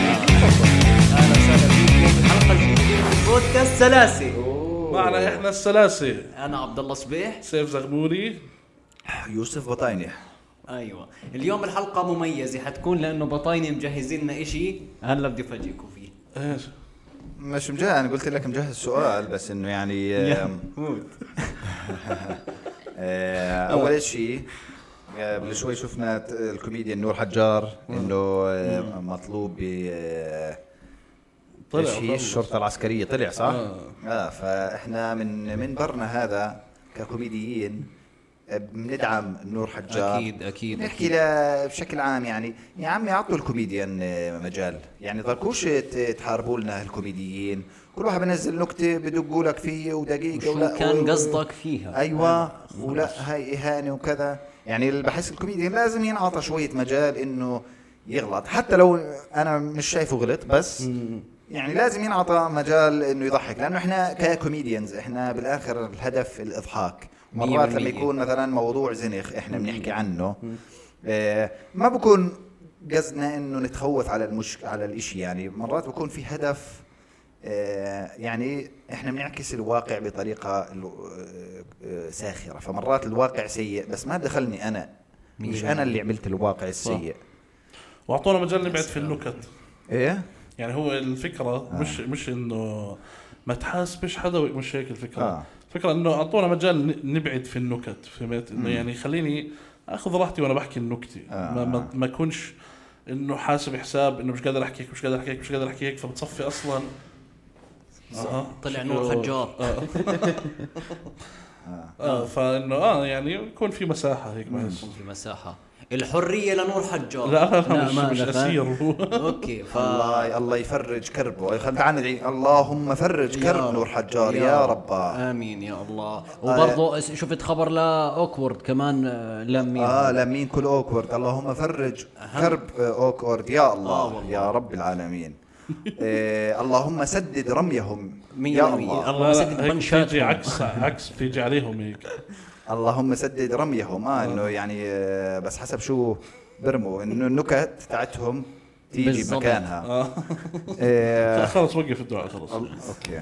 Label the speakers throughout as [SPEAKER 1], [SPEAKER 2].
[SPEAKER 1] اهلا وسهلا فيكم بحلقه جديده من بودكاست سلاسي
[SPEAKER 2] معنا احنا السلاسه
[SPEAKER 1] انا عبد الله صبيح
[SPEAKER 2] سيف زغبوري
[SPEAKER 3] يوسف بطاينه
[SPEAKER 1] ايوه اليوم الحلقه مميزه حتكون لانه بطاينه مجهزين لنا شيء هلا بدي افاجئكم فيه
[SPEAKER 2] ايش
[SPEAKER 3] مش مجهز انا قلت لك مجهز سؤال بس انه يعني آم، آه، اول شيء آه، قبل شوي شفنا ت- الكوميديان نور حجار انه آه، مطلوب ب آه،
[SPEAKER 2] طلع
[SPEAKER 3] إيش هي
[SPEAKER 2] وخلص.
[SPEAKER 3] الشرطه العسكريه طلع صح؟
[SPEAKER 2] آه.
[SPEAKER 3] اه فاحنا من منبرنا هذا ككوميديين آه، بندعم نور حجار
[SPEAKER 1] أكيد- أكيد-
[SPEAKER 3] نحكي ل- بشكل عام يعني يا عمي اعطوا الكوميديان آه، مجال يعني ضلكوش ت- تحاربوا لنا الكوميديين كل واحد بنزل نكته بدقوا لك فيه ودقيقه
[SPEAKER 1] شو
[SPEAKER 3] ولا
[SPEAKER 1] كان
[SPEAKER 3] و-
[SPEAKER 1] قصدك فيها
[SPEAKER 3] ايوه ولا هاي اهانه وكذا يعني اللي بحس الكوميديان لازم ينعطى شويه مجال انه يغلط حتى لو انا مش شايفه غلط بس يعني لازم ينعطى مجال انه يضحك لانه احنا ككوميديانز احنا بالاخر الهدف الاضحاك
[SPEAKER 1] مية
[SPEAKER 3] مرات لما
[SPEAKER 1] بالمية.
[SPEAKER 3] يكون مثلا موضوع زنخ احنا بنحكي عنه آه، ما بكون قصدنا انه نتخوث على المش على الاشي يعني مرات بكون في هدف آه، يعني احنا بنعكس الواقع بطريقه ال- آه، آه، ساخره فمرات الواقع سيء بس ما دخلني انا مش انا اللي عملت الواقع السيء
[SPEAKER 2] واعطونا مجال نبعد في النكت
[SPEAKER 1] إيه؟
[SPEAKER 3] ايه
[SPEAKER 2] يعني هو الفكره
[SPEAKER 3] آه.
[SPEAKER 2] مش مش انه ما تحاسبش حدا و- مش هيك الفكره
[SPEAKER 3] آه.
[SPEAKER 2] الفكره انه اعطونا مجال ن- نبعد في النكت فهمت انه يعني خليني اخذ راحتي وانا بحكي النكته
[SPEAKER 3] آه.
[SPEAKER 2] ما ما, ما اكونش انه حاسب حساب انه مش قادر احكي هيك مش قادر احكي هيك مش قادر احكي هيك فبتصفي اصلا اها
[SPEAKER 1] طلع نور
[SPEAKER 2] شكله-
[SPEAKER 1] حجار.
[SPEAKER 2] اه اه فانه اه يعني يكون في مساحه هيك بحس
[SPEAKER 1] في مساحه الحريه لنور حجار
[SPEAKER 2] لا لا,
[SPEAKER 4] لا،
[SPEAKER 2] لا مش,
[SPEAKER 4] ما
[SPEAKER 2] مش
[SPEAKER 4] دخل.
[SPEAKER 2] اسير هو
[SPEAKER 1] اوكي ف
[SPEAKER 3] الله الله يفرج كربه خل- تعال ندعي اللهم فرج
[SPEAKER 1] يا
[SPEAKER 3] كرب
[SPEAKER 1] رب.
[SPEAKER 3] نور حجار يا رب آه،
[SPEAKER 1] امين يا الله
[SPEAKER 4] وبرضه شفت خبر لاوكورد كمان آه، لمين
[SPEAKER 3] اه لمين كل اوكورد اللهم فرج كرب اوكورد يا
[SPEAKER 1] آه
[SPEAKER 3] الله
[SPEAKER 1] والله.
[SPEAKER 3] يا رب العالمين آه اللهم سدد رميهم
[SPEAKER 1] مية
[SPEAKER 3] يا
[SPEAKER 1] بالمية.
[SPEAKER 3] الله
[SPEAKER 1] الله
[SPEAKER 2] لا
[SPEAKER 1] مسدد
[SPEAKER 2] لا هيك
[SPEAKER 1] بنشاتهم.
[SPEAKER 2] بتيجي عكس عكس بتيجي عليهم هيك
[SPEAKER 3] اللهم سدد رميهم اه انه يعني آه بس حسب شو برموا انه النكت تاعتهم تيجي
[SPEAKER 1] بالضبط.
[SPEAKER 3] بمكانها
[SPEAKER 2] آه.
[SPEAKER 3] آه
[SPEAKER 2] خلص وقف الدعاء خلص
[SPEAKER 3] اوكي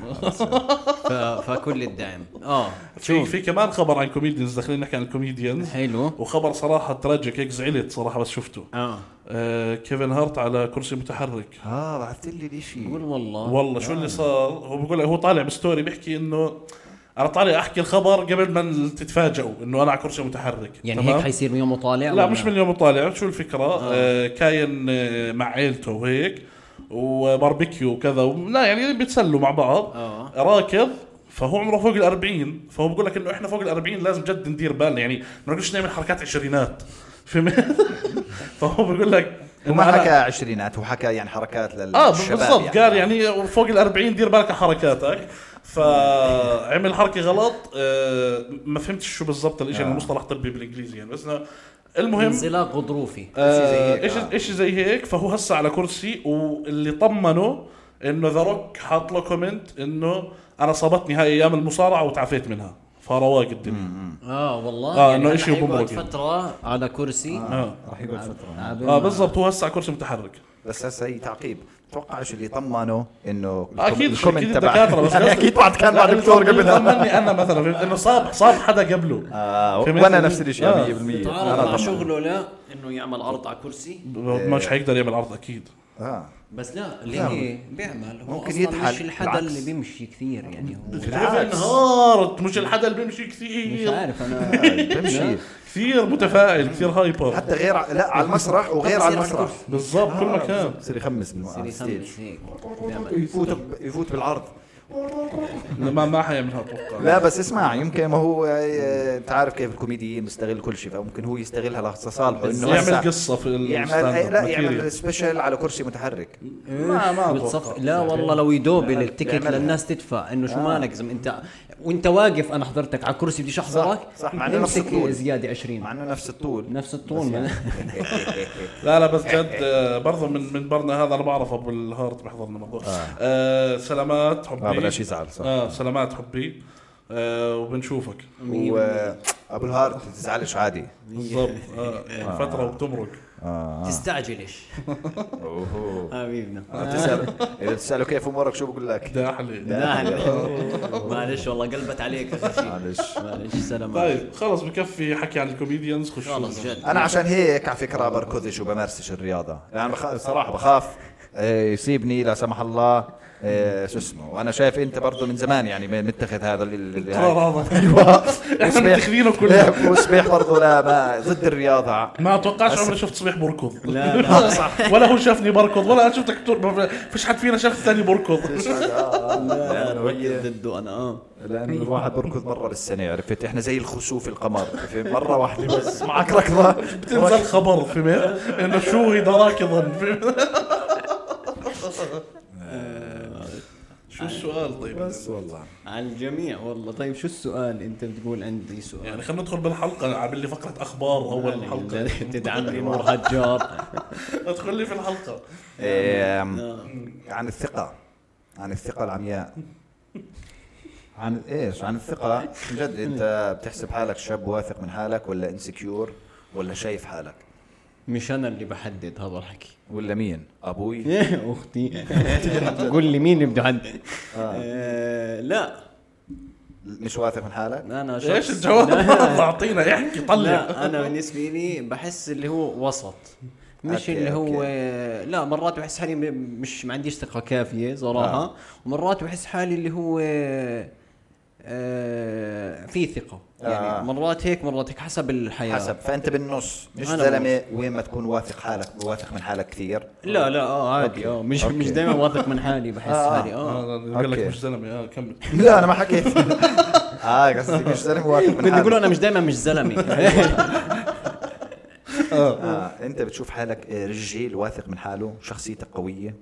[SPEAKER 1] ف... فكل الدعم اه
[SPEAKER 2] في في كمان خبر عن كوميديانز داخلين نحكي عن الكوميديانز
[SPEAKER 4] أيوه.
[SPEAKER 1] حلو
[SPEAKER 2] وخبر صراحه تراجيك هيك زعلت صراحه بس شفته
[SPEAKER 1] اه
[SPEAKER 2] آه كيفن هارت على كرسي متحرك
[SPEAKER 3] اه بعثت لي الاشي
[SPEAKER 1] قول
[SPEAKER 4] آه.
[SPEAKER 1] والله
[SPEAKER 2] والله شو اللي صار هو بقول هو طالع بستوري بيحكي انه انا طالع احكي الخبر قبل ما تتفاجئوا انه انا على كرسي متحرك
[SPEAKER 4] يعني
[SPEAKER 2] تمام؟
[SPEAKER 4] هيك حيصير يوم وطالع
[SPEAKER 2] لا مش من اليوم وطالع شو الفكره آه. آه كاين آه مع عيلته وهيك وباربيكيو وكذا و- لا يعني بيتسلوا مع بعض
[SPEAKER 1] آه.
[SPEAKER 2] راكض فهو عمره فوق الأربعين فهو بقول لك انه احنا فوق الأربعين لازم جد ندير بالنا يعني ما نقولش نعمل حركات عشرينات فهمت فهو بيقول لك إنه
[SPEAKER 3] وما
[SPEAKER 2] أنا-
[SPEAKER 3] حكى عشرينات هو حكى يعني حركات للشباب
[SPEAKER 2] اه بالضبط قال يعني فوق ال 40 دير بالك على حركاتك فعمل حركه غلط آه ما فهمتش شو بالضبط الاشي آه. المصطلح طبي بالانجليزي يعني بس إنه المهم
[SPEAKER 1] انزلاق غضروفي
[SPEAKER 3] إشي زي هيك،
[SPEAKER 2] ايش
[SPEAKER 3] آه.
[SPEAKER 2] ايش زي هيك فهو هسه على كرسي واللي طمنه انه ذا روك حاط له كومنت انه انا صابتني هاي ايام المصارعه وتعافيت منها فرواق الدنيا
[SPEAKER 1] اه والله
[SPEAKER 2] آه، إنه
[SPEAKER 1] هلا
[SPEAKER 2] إشي
[SPEAKER 1] حيقعد
[SPEAKER 2] بمرق.
[SPEAKER 1] فتره على كرسي
[SPEAKER 3] آه.
[SPEAKER 2] اه,
[SPEAKER 3] راح يقعد فتره
[SPEAKER 2] آه بالضبط هو هسه على كرسي متحرك
[SPEAKER 3] بس هسه هي تعقيب بتوقعش اللي طمنه انه
[SPEAKER 2] اكيد
[SPEAKER 3] الكومنت
[SPEAKER 2] اكيد
[SPEAKER 3] تبع-
[SPEAKER 2] الدكاتره بس
[SPEAKER 3] يعني اكيد بعد كان بعد دكتور قبلها
[SPEAKER 2] طمني انا مثلا فهمت انه صاب صاب حدا قبله
[SPEAKER 3] آه،
[SPEAKER 2] فهمت؟
[SPEAKER 3] وانا نفس الشيء
[SPEAKER 2] آه.
[SPEAKER 3] 100%
[SPEAKER 1] تعرف مع
[SPEAKER 3] انا طمن.
[SPEAKER 1] شغله لا انه يعمل عرض على كرسي
[SPEAKER 2] مش حيقدر يعمل عرض اكيد
[SPEAKER 3] اه
[SPEAKER 1] بس لا ليه بيعمل هو
[SPEAKER 3] ممكن
[SPEAKER 1] ممكن يضحك
[SPEAKER 3] يضحك،
[SPEAKER 1] مش الحدا
[SPEAKER 3] بالعكس.
[SPEAKER 1] اللي بيمشي كثير يعني هو
[SPEAKER 2] كيفن هارت مش الحدا اللي بيمشي
[SPEAKER 4] مش
[SPEAKER 2] كثير
[SPEAKER 4] عارف انا
[SPEAKER 3] بمشي
[SPEAKER 2] كثير متفائل كثير هايبر
[SPEAKER 3] طيب، حتى غير ع- لا على المسرح وغير على المسرح
[SPEAKER 2] بالضبط كل
[SPEAKER 3] آه،
[SPEAKER 2] مكان
[SPEAKER 3] بصير يخمس
[SPEAKER 4] بصير
[SPEAKER 3] بالستيج
[SPEAKER 4] يخمس هيك
[SPEAKER 3] يفوت ب- يفوت بالعرض
[SPEAKER 2] ما ما حيعملها اتوقع
[SPEAKER 3] لا بس اسمع يمكن ما هو آه، انت عارف كيف الكوميديين مستغل كل شيء فممكن هو يستغلها لصالحه انه
[SPEAKER 2] يعمل
[SPEAKER 3] هسه
[SPEAKER 2] قصه في ال
[SPEAKER 3] يعمل إيه، لا
[SPEAKER 2] stand-up
[SPEAKER 3] يعمل
[SPEAKER 2] material.
[SPEAKER 3] سبيشل على كرسي متحرك
[SPEAKER 4] ما ما إيه. بتصف لا والله لو يدوبل التيكت
[SPEAKER 3] بيعملها.
[SPEAKER 4] للناس تدفع انه
[SPEAKER 3] آه.
[SPEAKER 4] شو مالك زم انت وانت واقف انا حضرتك على كرسي بديش احضرك
[SPEAKER 3] صح، مع إنه نفس
[SPEAKER 4] امسك
[SPEAKER 3] الطول. يعني-
[SPEAKER 4] زياده
[SPEAKER 3] مع
[SPEAKER 4] 20
[SPEAKER 3] انه نفس الطول
[SPEAKER 4] نفس الطول ما-
[SPEAKER 2] لا لا بس جد آه، برضه من من برنا هذا انا بعرف ابو الهارت بحضرنا برضه آه. سلامات حبي
[SPEAKER 3] آه، بلاش يزعل، صح.
[SPEAKER 2] اه سلامات حبي آه، وبنشوفك
[SPEAKER 3] وابو الهارت ما تزعلش عادي
[SPEAKER 2] بالضبط آه، فتره وبتمرق
[SPEAKER 3] آه.
[SPEAKER 4] تستعجلش
[SPEAKER 3] أوهو.
[SPEAKER 4] حبيبنا
[SPEAKER 3] آه، تسأل اذا بتساله كيف امورك شو بقول لك
[SPEAKER 2] داحلي
[SPEAKER 4] أهلاً. معلش والله قلبت عليك أخي شيء.
[SPEAKER 3] معلش
[SPEAKER 4] معلش سلام عليكم.
[SPEAKER 2] طيب خلص بكفي حكي عن الكوميديانز خش
[SPEAKER 4] خلص جد
[SPEAKER 3] انا عشان هيك على فكره بركضش وبمارسش الرياضه يعني بخ... صراحه بخاف آه، يصيبني لا سمح الله آه، شو اسمه وانا شايف انت برضه من زمان يعني متخذ هذا ال- ال- هاي.
[SPEAKER 2] قرار هذا
[SPEAKER 3] ايوه
[SPEAKER 2] احنا
[SPEAKER 3] وصبيح-
[SPEAKER 2] متخذينه كلنا.
[SPEAKER 3] وصبيح برضه لا ما ضد الرياضه
[SPEAKER 2] ما اتوقعش عمري شفت صبيح بركض
[SPEAKER 4] لا لا
[SPEAKER 2] ولا هو شافني بركض ولا انا شفتك بتر- ما فيش حد فينا شاف الثاني بركض
[SPEAKER 3] آه.
[SPEAKER 4] لا أنا
[SPEAKER 3] لا
[SPEAKER 4] بقيت ضده انا اه
[SPEAKER 3] لان الواحد بركض مره بالسنه عرفت احنا زي الخسوف القمر عرفت؟ مره واحده بس معك ركضه
[SPEAKER 2] بتنزل خبر فهمت انه شو هي راكضا فهمت؟ شو السؤال طيب
[SPEAKER 3] بس والله
[SPEAKER 4] على الجميع والله طيب شو السؤال انت بتقول عندي سؤال
[SPEAKER 2] يعني خلينا ندخل بالحلقه عامل لي فقره اخبار اول حلقه
[SPEAKER 4] تدعمني نور هجار
[SPEAKER 2] ادخل لي في الحلقه
[SPEAKER 3] إيه عن الثقة عن الثقة العمياء عن ايش؟ عن الثقة عن جد انت بتحسب حالك شاب واثق من حالك ولا انسكيور ولا شايف حالك
[SPEAKER 4] مش انا اللي بحدد هذا الحكي
[SPEAKER 3] ولا مين؟ ابوي
[SPEAKER 4] اختي قول لي مين اللي بده يحدد آه، لا
[SPEAKER 3] مش واثق من حالك؟
[SPEAKER 4] انا شخص
[SPEAKER 2] ايش الجواب؟
[SPEAKER 4] لا.
[SPEAKER 2] اعطينا احكي طلع
[SPEAKER 4] لا انا بالنسبه لي بحس اللي هو وسط مش
[SPEAKER 3] أوكي،
[SPEAKER 4] اللي هو
[SPEAKER 3] أوكي.
[SPEAKER 4] لا مرات بحس حالي م- مش ما عنديش ثقه كافيه صراحه
[SPEAKER 3] آه.
[SPEAKER 4] ومرات بحس حالي اللي هو آه في ثقه يعني
[SPEAKER 3] آه.
[SPEAKER 4] مرات هيك مرات هيك حسب الحياه
[SPEAKER 3] حسب فانت بالنص مش
[SPEAKER 4] أيوة. أنا
[SPEAKER 3] زلمة وين ما تكون واثق حالك واثق من حالك كثير
[SPEAKER 4] لا لا اه عادي اه مش
[SPEAKER 3] أوكي.
[SPEAKER 4] مش دائما واثق من حالي بحس
[SPEAKER 3] آه.
[SPEAKER 4] حالي اه
[SPEAKER 2] قال لك
[SPEAKER 3] أوكي.
[SPEAKER 2] مش زلمه اه كمل
[SPEAKER 3] لا انا ما حكيت اه قصدي مش زلمة واثق من
[SPEAKER 4] كنت
[SPEAKER 3] حالك
[SPEAKER 4] يقولوا انا مش دائما مش زلمه
[SPEAKER 3] آه. انت بتشوف حالك آه، رجل واثق من حاله شخصيته قوية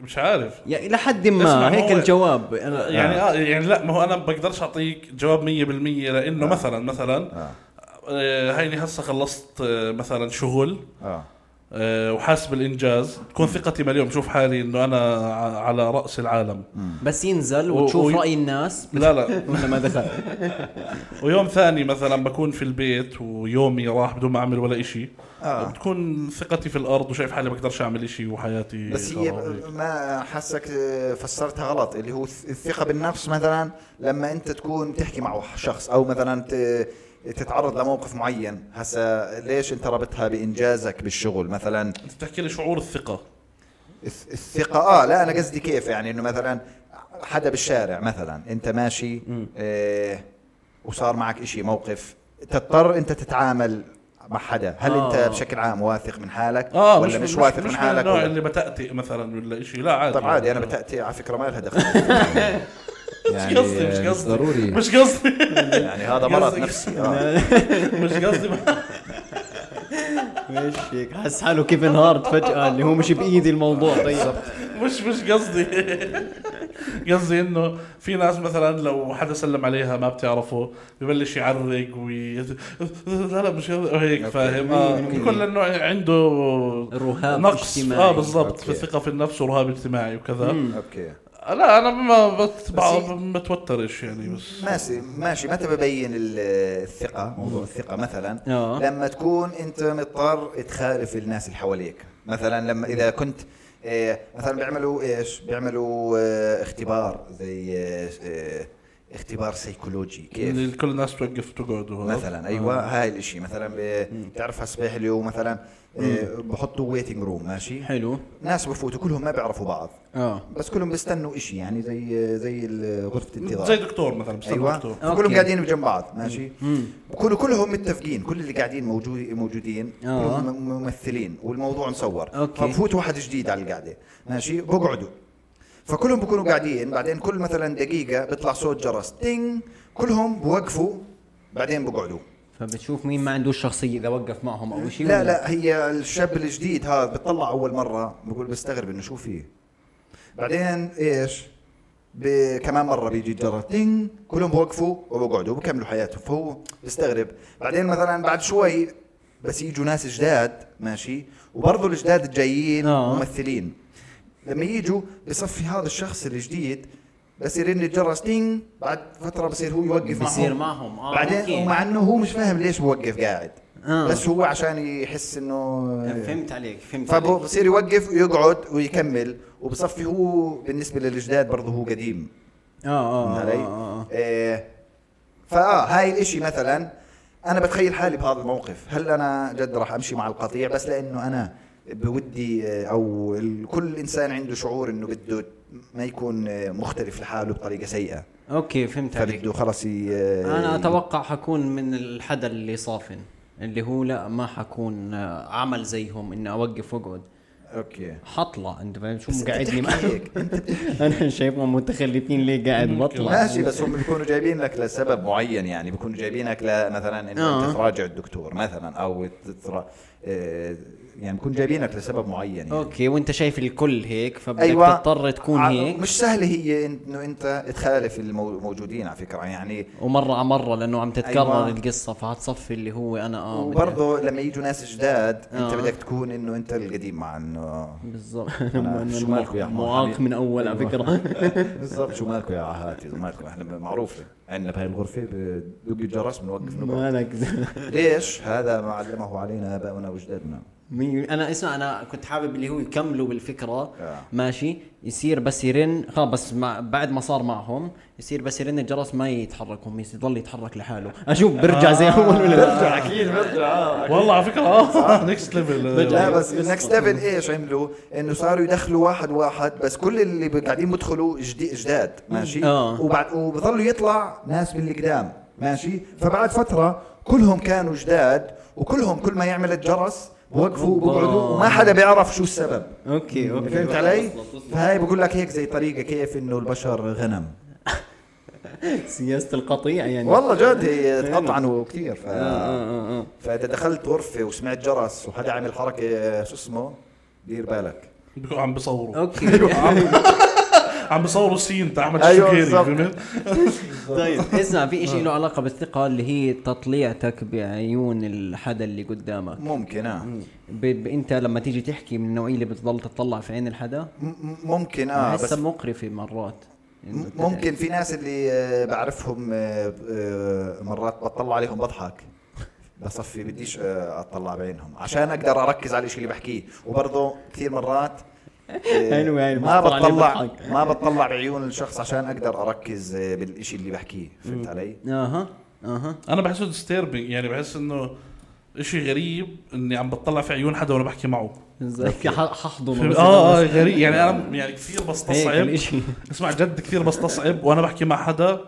[SPEAKER 2] مش عارف
[SPEAKER 4] يعني الى حد
[SPEAKER 2] اسمع،
[SPEAKER 4] ما
[SPEAKER 2] هو-
[SPEAKER 4] هيك الجواب آه، انا
[SPEAKER 2] يعني اه يعني لا ما هو انا بقدرش اعطيك جواب 100% لانه مثلا مثلا
[SPEAKER 3] اه
[SPEAKER 2] آه، هيني هسه خلصت آه، مثلا شغل
[SPEAKER 3] اه
[SPEAKER 2] آه، وحاسس بالانجاز تكون ثقتي مليون بشوف حالي انه انا ع- على راس العالم
[SPEAKER 4] بس ينزل
[SPEAKER 2] و-
[SPEAKER 4] وتشوف
[SPEAKER 2] وي-
[SPEAKER 4] راي الناس
[SPEAKER 2] لا لا
[SPEAKER 4] ولا ما دخل
[SPEAKER 2] ويوم ثاني مثلا بكون في البيت ويومي راح بدون ما اعمل ولا إشي
[SPEAKER 3] آه.
[SPEAKER 2] بتكون ثقتي في الارض وشايف حالي بقدرش اعمل إشي وحياتي
[SPEAKER 3] بس هي
[SPEAKER 2] خراب.
[SPEAKER 3] ما حسك فسرتها غلط اللي هو الثقه بالنفس مثلا لما انت تكون تحكي مع شخص او مثلا ت- تتعرض لموقف معين هسا ليش انت ربطها بانجازك بالشغل مثلا
[SPEAKER 2] انت بتحكي لي شعور الثقه
[SPEAKER 3] الث- الثقه اه لا انا قصدي كيف يعني انه مثلا حدا بالشارع مثلا انت ماشي آه وصار معك إشي موقف تضطر انت تتعامل مع حدا هل آه.
[SPEAKER 4] آه.
[SPEAKER 3] انت بشكل عام واثق من حالك
[SPEAKER 2] اه
[SPEAKER 3] ولا مش, واثق
[SPEAKER 2] مش
[SPEAKER 3] من
[SPEAKER 2] من
[SPEAKER 3] حالك
[SPEAKER 2] النوع
[SPEAKER 3] ولا-
[SPEAKER 2] اللي بتاتئ مثلا ولا إشي لا عادي
[SPEAKER 3] طب طيب، عادي انا بتاتي على فكره ما لها دخل
[SPEAKER 2] مش قصدي مش قصدي
[SPEAKER 3] ضروري
[SPEAKER 2] مش قصدي
[SPEAKER 3] يعني هذا مرض
[SPEAKER 2] قصدي-
[SPEAKER 3] نفسي آه.
[SPEAKER 2] مش قصدي
[SPEAKER 4] مش هيك حس حاله كيفن هارت فجأة اللي هو مش بإيدي الموضوع طيب
[SPEAKER 2] مش مش قصدي قصدي انه في ناس مثلا لو حدا سلم عليها ما بتعرفه ببلش يعرق وي لا لا مش قصدي- هيك فاهم آه، كل انه عنده
[SPEAKER 4] رهاب
[SPEAKER 2] نقص
[SPEAKER 4] اجتماعي.
[SPEAKER 2] اه بالضبط
[SPEAKER 3] أوكي.
[SPEAKER 2] في الثقه في النفس ورهاب اجتماعي وكذا
[SPEAKER 3] اوكي
[SPEAKER 2] لا انا ما بتبع
[SPEAKER 3] بس هي-
[SPEAKER 2] ما بتوترش يعني بس
[SPEAKER 3] ماشي ماشي متى ببين ال- الثقه موضوع الثقه مثلا
[SPEAKER 4] آه.
[SPEAKER 3] لما تكون انت مضطر تخالف الناس اللي حواليك مثلا لما اذا كنت آه، مثلا بيعملوا ايش بيعملوا آه، اختبار زي آه، آه، اختبار سيكولوجي كيف
[SPEAKER 2] اللي كل الناس توقف وتقعد وهذا.
[SPEAKER 3] مثلا ايوه هاي الاشي مثلا ب- بتعرفها صباح اللي هو مثلا آه، بحطوا ويتنج روم ماشي
[SPEAKER 4] حلو
[SPEAKER 3] ناس بفوتوا كلهم ما بيعرفوا بعض
[SPEAKER 4] اه
[SPEAKER 3] بس كلهم بيستنوا إشي يعني زي زي ال- غرفه الانتظار
[SPEAKER 2] زي دكتور مثلا بس
[SPEAKER 3] ايوه
[SPEAKER 2] دكتور
[SPEAKER 3] كلهم
[SPEAKER 4] أوكي.
[SPEAKER 3] قاعدين بجنب بعض ماشي وكل كلهم متفقين كل اللي قاعدين موجود موجودين
[SPEAKER 4] آه.
[SPEAKER 3] كلهم م- ممثلين والموضوع مصور
[SPEAKER 4] أوكي.
[SPEAKER 3] فبفوت واحد جديد على القعده ماشي بقعدوا فكلهم بكونوا قاعدين بعدين كل مثلا دقيقه بيطلع صوت جرس تين كلهم بوقفوا بعدين بقعدوا
[SPEAKER 4] فبتشوف مين ما عندوش شخصية إذا وقف معهم أو شيء
[SPEAKER 3] لا
[SPEAKER 4] ولا؟
[SPEAKER 3] لا هي الشاب الجديد هذا بتطلع اول مره بقول بستغرب انه شو فيه بعدين ايش ب- كمان مره بيجي الجرس تين كلهم بوقفوا وبقعدوا وبكملوا حياتهم فهو بستغرب بعدين مثلا بعد شوي بس يجوا ناس جداد ماشي وبرضه الجداد الجايين
[SPEAKER 4] آه.
[SPEAKER 3] ممثلين لما يجوا بصفي هذا الشخص الجديد بس يرن الجرس تين بعد فتره بصير هو يوقف
[SPEAKER 1] بصير
[SPEAKER 3] معهم
[SPEAKER 1] معهم
[SPEAKER 4] آه،
[SPEAKER 1] اه
[SPEAKER 3] بعدين
[SPEAKER 1] أوكي.
[SPEAKER 3] ومع انه هو مش فاهم ليش بوقف قاعد
[SPEAKER 1] آه.
[SPEAKER 3] بس هو عشان يحس
[SPEAKER 4] يعني
[SPEAKER 3] انه
[SPEAKER 1] فهمت عليك فهمت عليك
[SPEAKER 3] فبصير يوقف ويقعد ويكمل وبصفي هو بالنسبه للجداد برضه هو قديم
[SPEAKER 4] اه اه
[SPEAKER 3] فهمت
[SPEAKER 4] آه،
[SPEAKER 3] علي؟
[SPEAKER 4] آه،
[SPEAKER 3] إيه فاه هاي الاشي مثلا انا بتخيل حالي بهذا الموقف هل انا جد راح امشي مع القطيع بس لانه انا بودي آه، او ال- كل انسان عنده شعور انه بده ما يكون آه، مختلف لحاله بطريقه سيئه
[SPEAKER 4] آه. اوكي فهمت عليك
[SPEAKER 3] فبده خلص ي- آه،
[SPEAKER 4] انا اتوقع حكون من الحدا اللي صافن اللي هو لا ما حكون آه، عمل زيهم اني اوقف واقعد
[SPEAKER 3] اوكي
[SPEAKER 4] حطلة انت فاهم شو
[SPEAKER 3] بس أنت بتحكي
[SPEAKER 4] مقعدني معك
[SPEAKER 3] هيك، أنت
[SPEAKER 4] انا شايفهم متخلفين ليه قاعد بطلع
[SPEAKER 3] ماشي بس هم بيكونوا جايبين لك لسبب معين يعني بيكونوا جايبينك مثلا انه
[SPEAKER 4] آه.
[SPEAKER 3] انت تراجع الدكتور مثلا او تترا... آه، يعني بيكون جايبينك لسبب معين يعني
[SPEAKER 4] اوكي وانت شايف الكل هيك فبدك
[SPEAKER 3] ايوه
[SPEAKER 4] أيوة. تضطر تكون
[SPEAKER 3] ع-
[SPEAKER 4] هيك
[SPEAKER 3] مش سهله هي انه انت تخالف الموجودين على فكره يعني
[SPEAKER 4] ومره على مره لانه عم تتكرر
[SPEAKER 3] أيوة.
[SPEAKER 4] أيوة. القصه فهتصفي اللي هو انا اه بدي-
[SPEAKER 3] وبرضه لما يجوا ناس جداد انت
[SPEAKER 4] آه.
[SPEAKER 3] بدك تكون انه انت القديم مع انه
[SPEAKER 4] بالضبط
[SPEAKER 3] أنا شو مالكم يا أحمد
[SPEAKER 4] معاق
[SPEAKER 3] حبيبي؟
[SPEAKER 4] من اول على فكره
[SPEAKER 3] بالضبط شو مالكم يا عهاتي مالكم احنا معروفه عندنا بهاي الغرفه بدق الجرس بنوقف نقعد
[SPEAKER 4] مالك زلمة.
[SPEAKER 3] ليش هذا ما علمه علينا اباؤنا واجدادنا
[SPEAKER 4] مي- انا اسمع انا كنت حابب اللي هو يكملوا بالفكره
[SPEAKER 3] آه.
[SPEAKER 4] ماشي يصير بس يرن خلاص بس مع بعد ما صار معهم يصير بس يرن الجرس ما يتحرك هم يس- يضل يتحرك لحاله اشوف برجع زي اول ولا لا
[SPEAKER 3] اكيد آه. برجع
[SPEAKER 2] والله على فكره اه نكست ليفل
[SPEAKER 3] لا بس النكست ليفل ايش عملوا؟ انه صاروا يدخلوا واحد واحد بس كل اللي ب- قاعدين بدخلوا جدي- جداد ماشي؟
[SPEAKER 4] آه.
[SPEAKER 3] وبعد وبضلوا يطلع ناس من القدام ماشي؟ فبعد فتره كلهم كانوا جداد وكلهم كل ما يعمل الجرس بوقفوا وبقعدوا
[SPEAKER 4] آه.
[SPEAKER 3] وما حدا بيعرف شو السبب
[SPEAKER 4] اوكي اوكي
[SPEAKER 3] فهمت علي؟ فهاي بقول لك هيك زي طريقه كيف انه البشر غنم
[SPEAKER 4] سياسه القطيع يعني
[SPEAKER 3] والله جد هي تقطعنوا كثير ف...
[SPEAKER 4] آه، آه.
[SPEAKER 3] فاذا دخلت غرفه وسمعت جرس وحدا عمل حركه آه، شو اسمه دير بالك
[SPEAKER 2] عم بصوروا
[SPEAKER 4] اوكي
[SPEAKER 2] عم بصوروا سين تاع احمد
[SPEAKER 3] أيوة
[SPEAKER 2] الشقيري
[SPEAKER 3] بالضبط.
[SPEAKER 2] فهمت
[SPEAKER 4] طيب اسمع في شيء له علاقه بالثقه اللي هي تطليعتك بعيون الحدا اللي قدامك
[SPEAKER 3] ممكن اه
[SPEAKER 4] ب... ب... انت لما تيجي تحكي من النوعيه اللي بتضل تطلع في عين الحدا
[SPEAKER 3] م- ممكن اه بس
[SPEAKER 4] احسها
[SPEAKER 3] م-
[SPEAKER 4] مقرفه مرات إنه تدعي.
[SPEAKER 3] ممكن في ناس اللي آه، بعرفهم آه، آه، مرات بطلع عليهم بضحك بصفي بديش آه، اطلع بعينهم عشان اقدر اركز على الشيء اللي بحكيه وبرضه كثير مرات آه،
[SPEAKER 4] حلو يعني
[SPEAKER 3] ما
[SPEAKER 4] بتطلع عليه
[SPEAKER 3] بطلع
[SPEAKER 4] بضحك.
[SPEAKER 3] ما بطلع بعيون الشخص عشان اقدر اركز آه، بالشيء اللي بحكيه فهمت علي؟
[SPEAKER 4] اها اها
[SPEAKER 2] انا بحسه ديستيربينج يعني بحس انه اشي غريب اني عم بطلع في عيون حدا وانا بحكي معه
[SPEAKER 4] زي ح- ححضنه
[SPEAKER 2] فهمت؟
[SPEAKER 4] بس
[SPEAKER 2] اه اه
[SPEAKER 4] أنا إيه، بس-
[SPEAKER 2] غريب يعني انا يعني كثير
[SPEAKER 4] هيك
[SPEAKER 2] بستصعب
[SPEAKER 4] الاشي
[SPEAKER 2] اسمع جد كثير بستصعب وانا بحكي مع حدا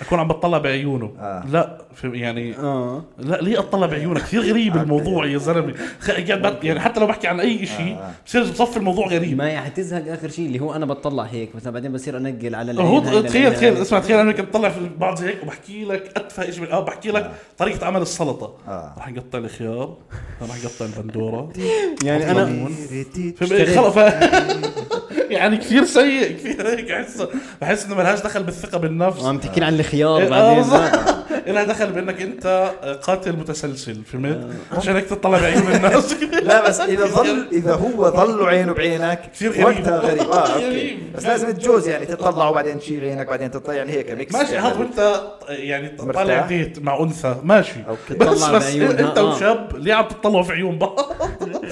[SPEAKER 2] اكون عم بطلع بعيونه
[SPEAKER 3] آه.
[SPEAKER 2] لا فهم- يعني
[SPEAKER 4] اه
[SPEAKER 2] لا ليه اطلع بعيونك كثير غريب الموضوع يا زلمه خ- قاعد بحكي- يعني حتى لو بحكي عن اي شيء بصير بصفي الموضوع غريب
[SPEAKER 4] ما حتزهق اخر شيء اللي هو انا بطلع هيك مثلا بعدين بصير انقل على
[SPEAKER 2] هو
[SPEAKER 4] العين هاي
[SPEAKER 2] ت- تخيل
[SPEAKER 4] للعين
[SPEAKER 2] تخيل
[SPEAKER 4] هاي.
[SPEAKER 2] اسمع تخيل انا كنت بطلع في بعض زي هيك وبحكي لك اتفه شيء اه بحكي لك طريقه عمل السلطه
[SPEAKER 3] آه.
[SPEAKER 2] رح نقطع الخيار رح نقطع البندوره
[SPEAKER 4] يعني انا
[SPEAKER 2] فاهم إيه؟ خلص ف- يعني كثير سيء كثير هيك احس بحس انه ملهاش دخل بالثقه بالنفس
[SPEAKER 3] آه،
[SPEAKER 4] عم تحكي عن الخيار
[SPEAKER 2] إيه،
[SPEAKER 4] بعدين
[SPEAKER 2] آه، لها دخل بانك انت قاتل متسلسل فهمت عشان هيك تطلع بعيون الناس
[SPEAKER 3] آه. لا بس اذا ظل اذا هو ظل عينه بعينك
[SPEAKER 2] كثير غريب.
[SPEAKER 3] وقتها غريب اه اوكي
[SPEAKER 2] غريب.
[SPEAKER 3] بس لازم تجوز يعني تطلع وبعدين تشيل عينك بعدين تطلع يعني هيك ميكس
[SPEAKER 2] ماشي
[SPEAKER 3] يعني.
[SPEAKER 2] هذا وانت يعني طالع
[SPEAKER 3] مرتاح؟
[SPEAKER 2] ديت مع انثى ماشي
[SPEAKER 3] أوكي.
[SPEAKER 2] بس
[SPEAKER 4] تطلع
[SPEAKER 2] بس
[SPEAKER 4] بعيونها،
[SPEAKER 2] انت
[SPEAKER 4] آه.
[SPEAKER 2] وشاب ليه عم تطلعوا في عيون بعض؟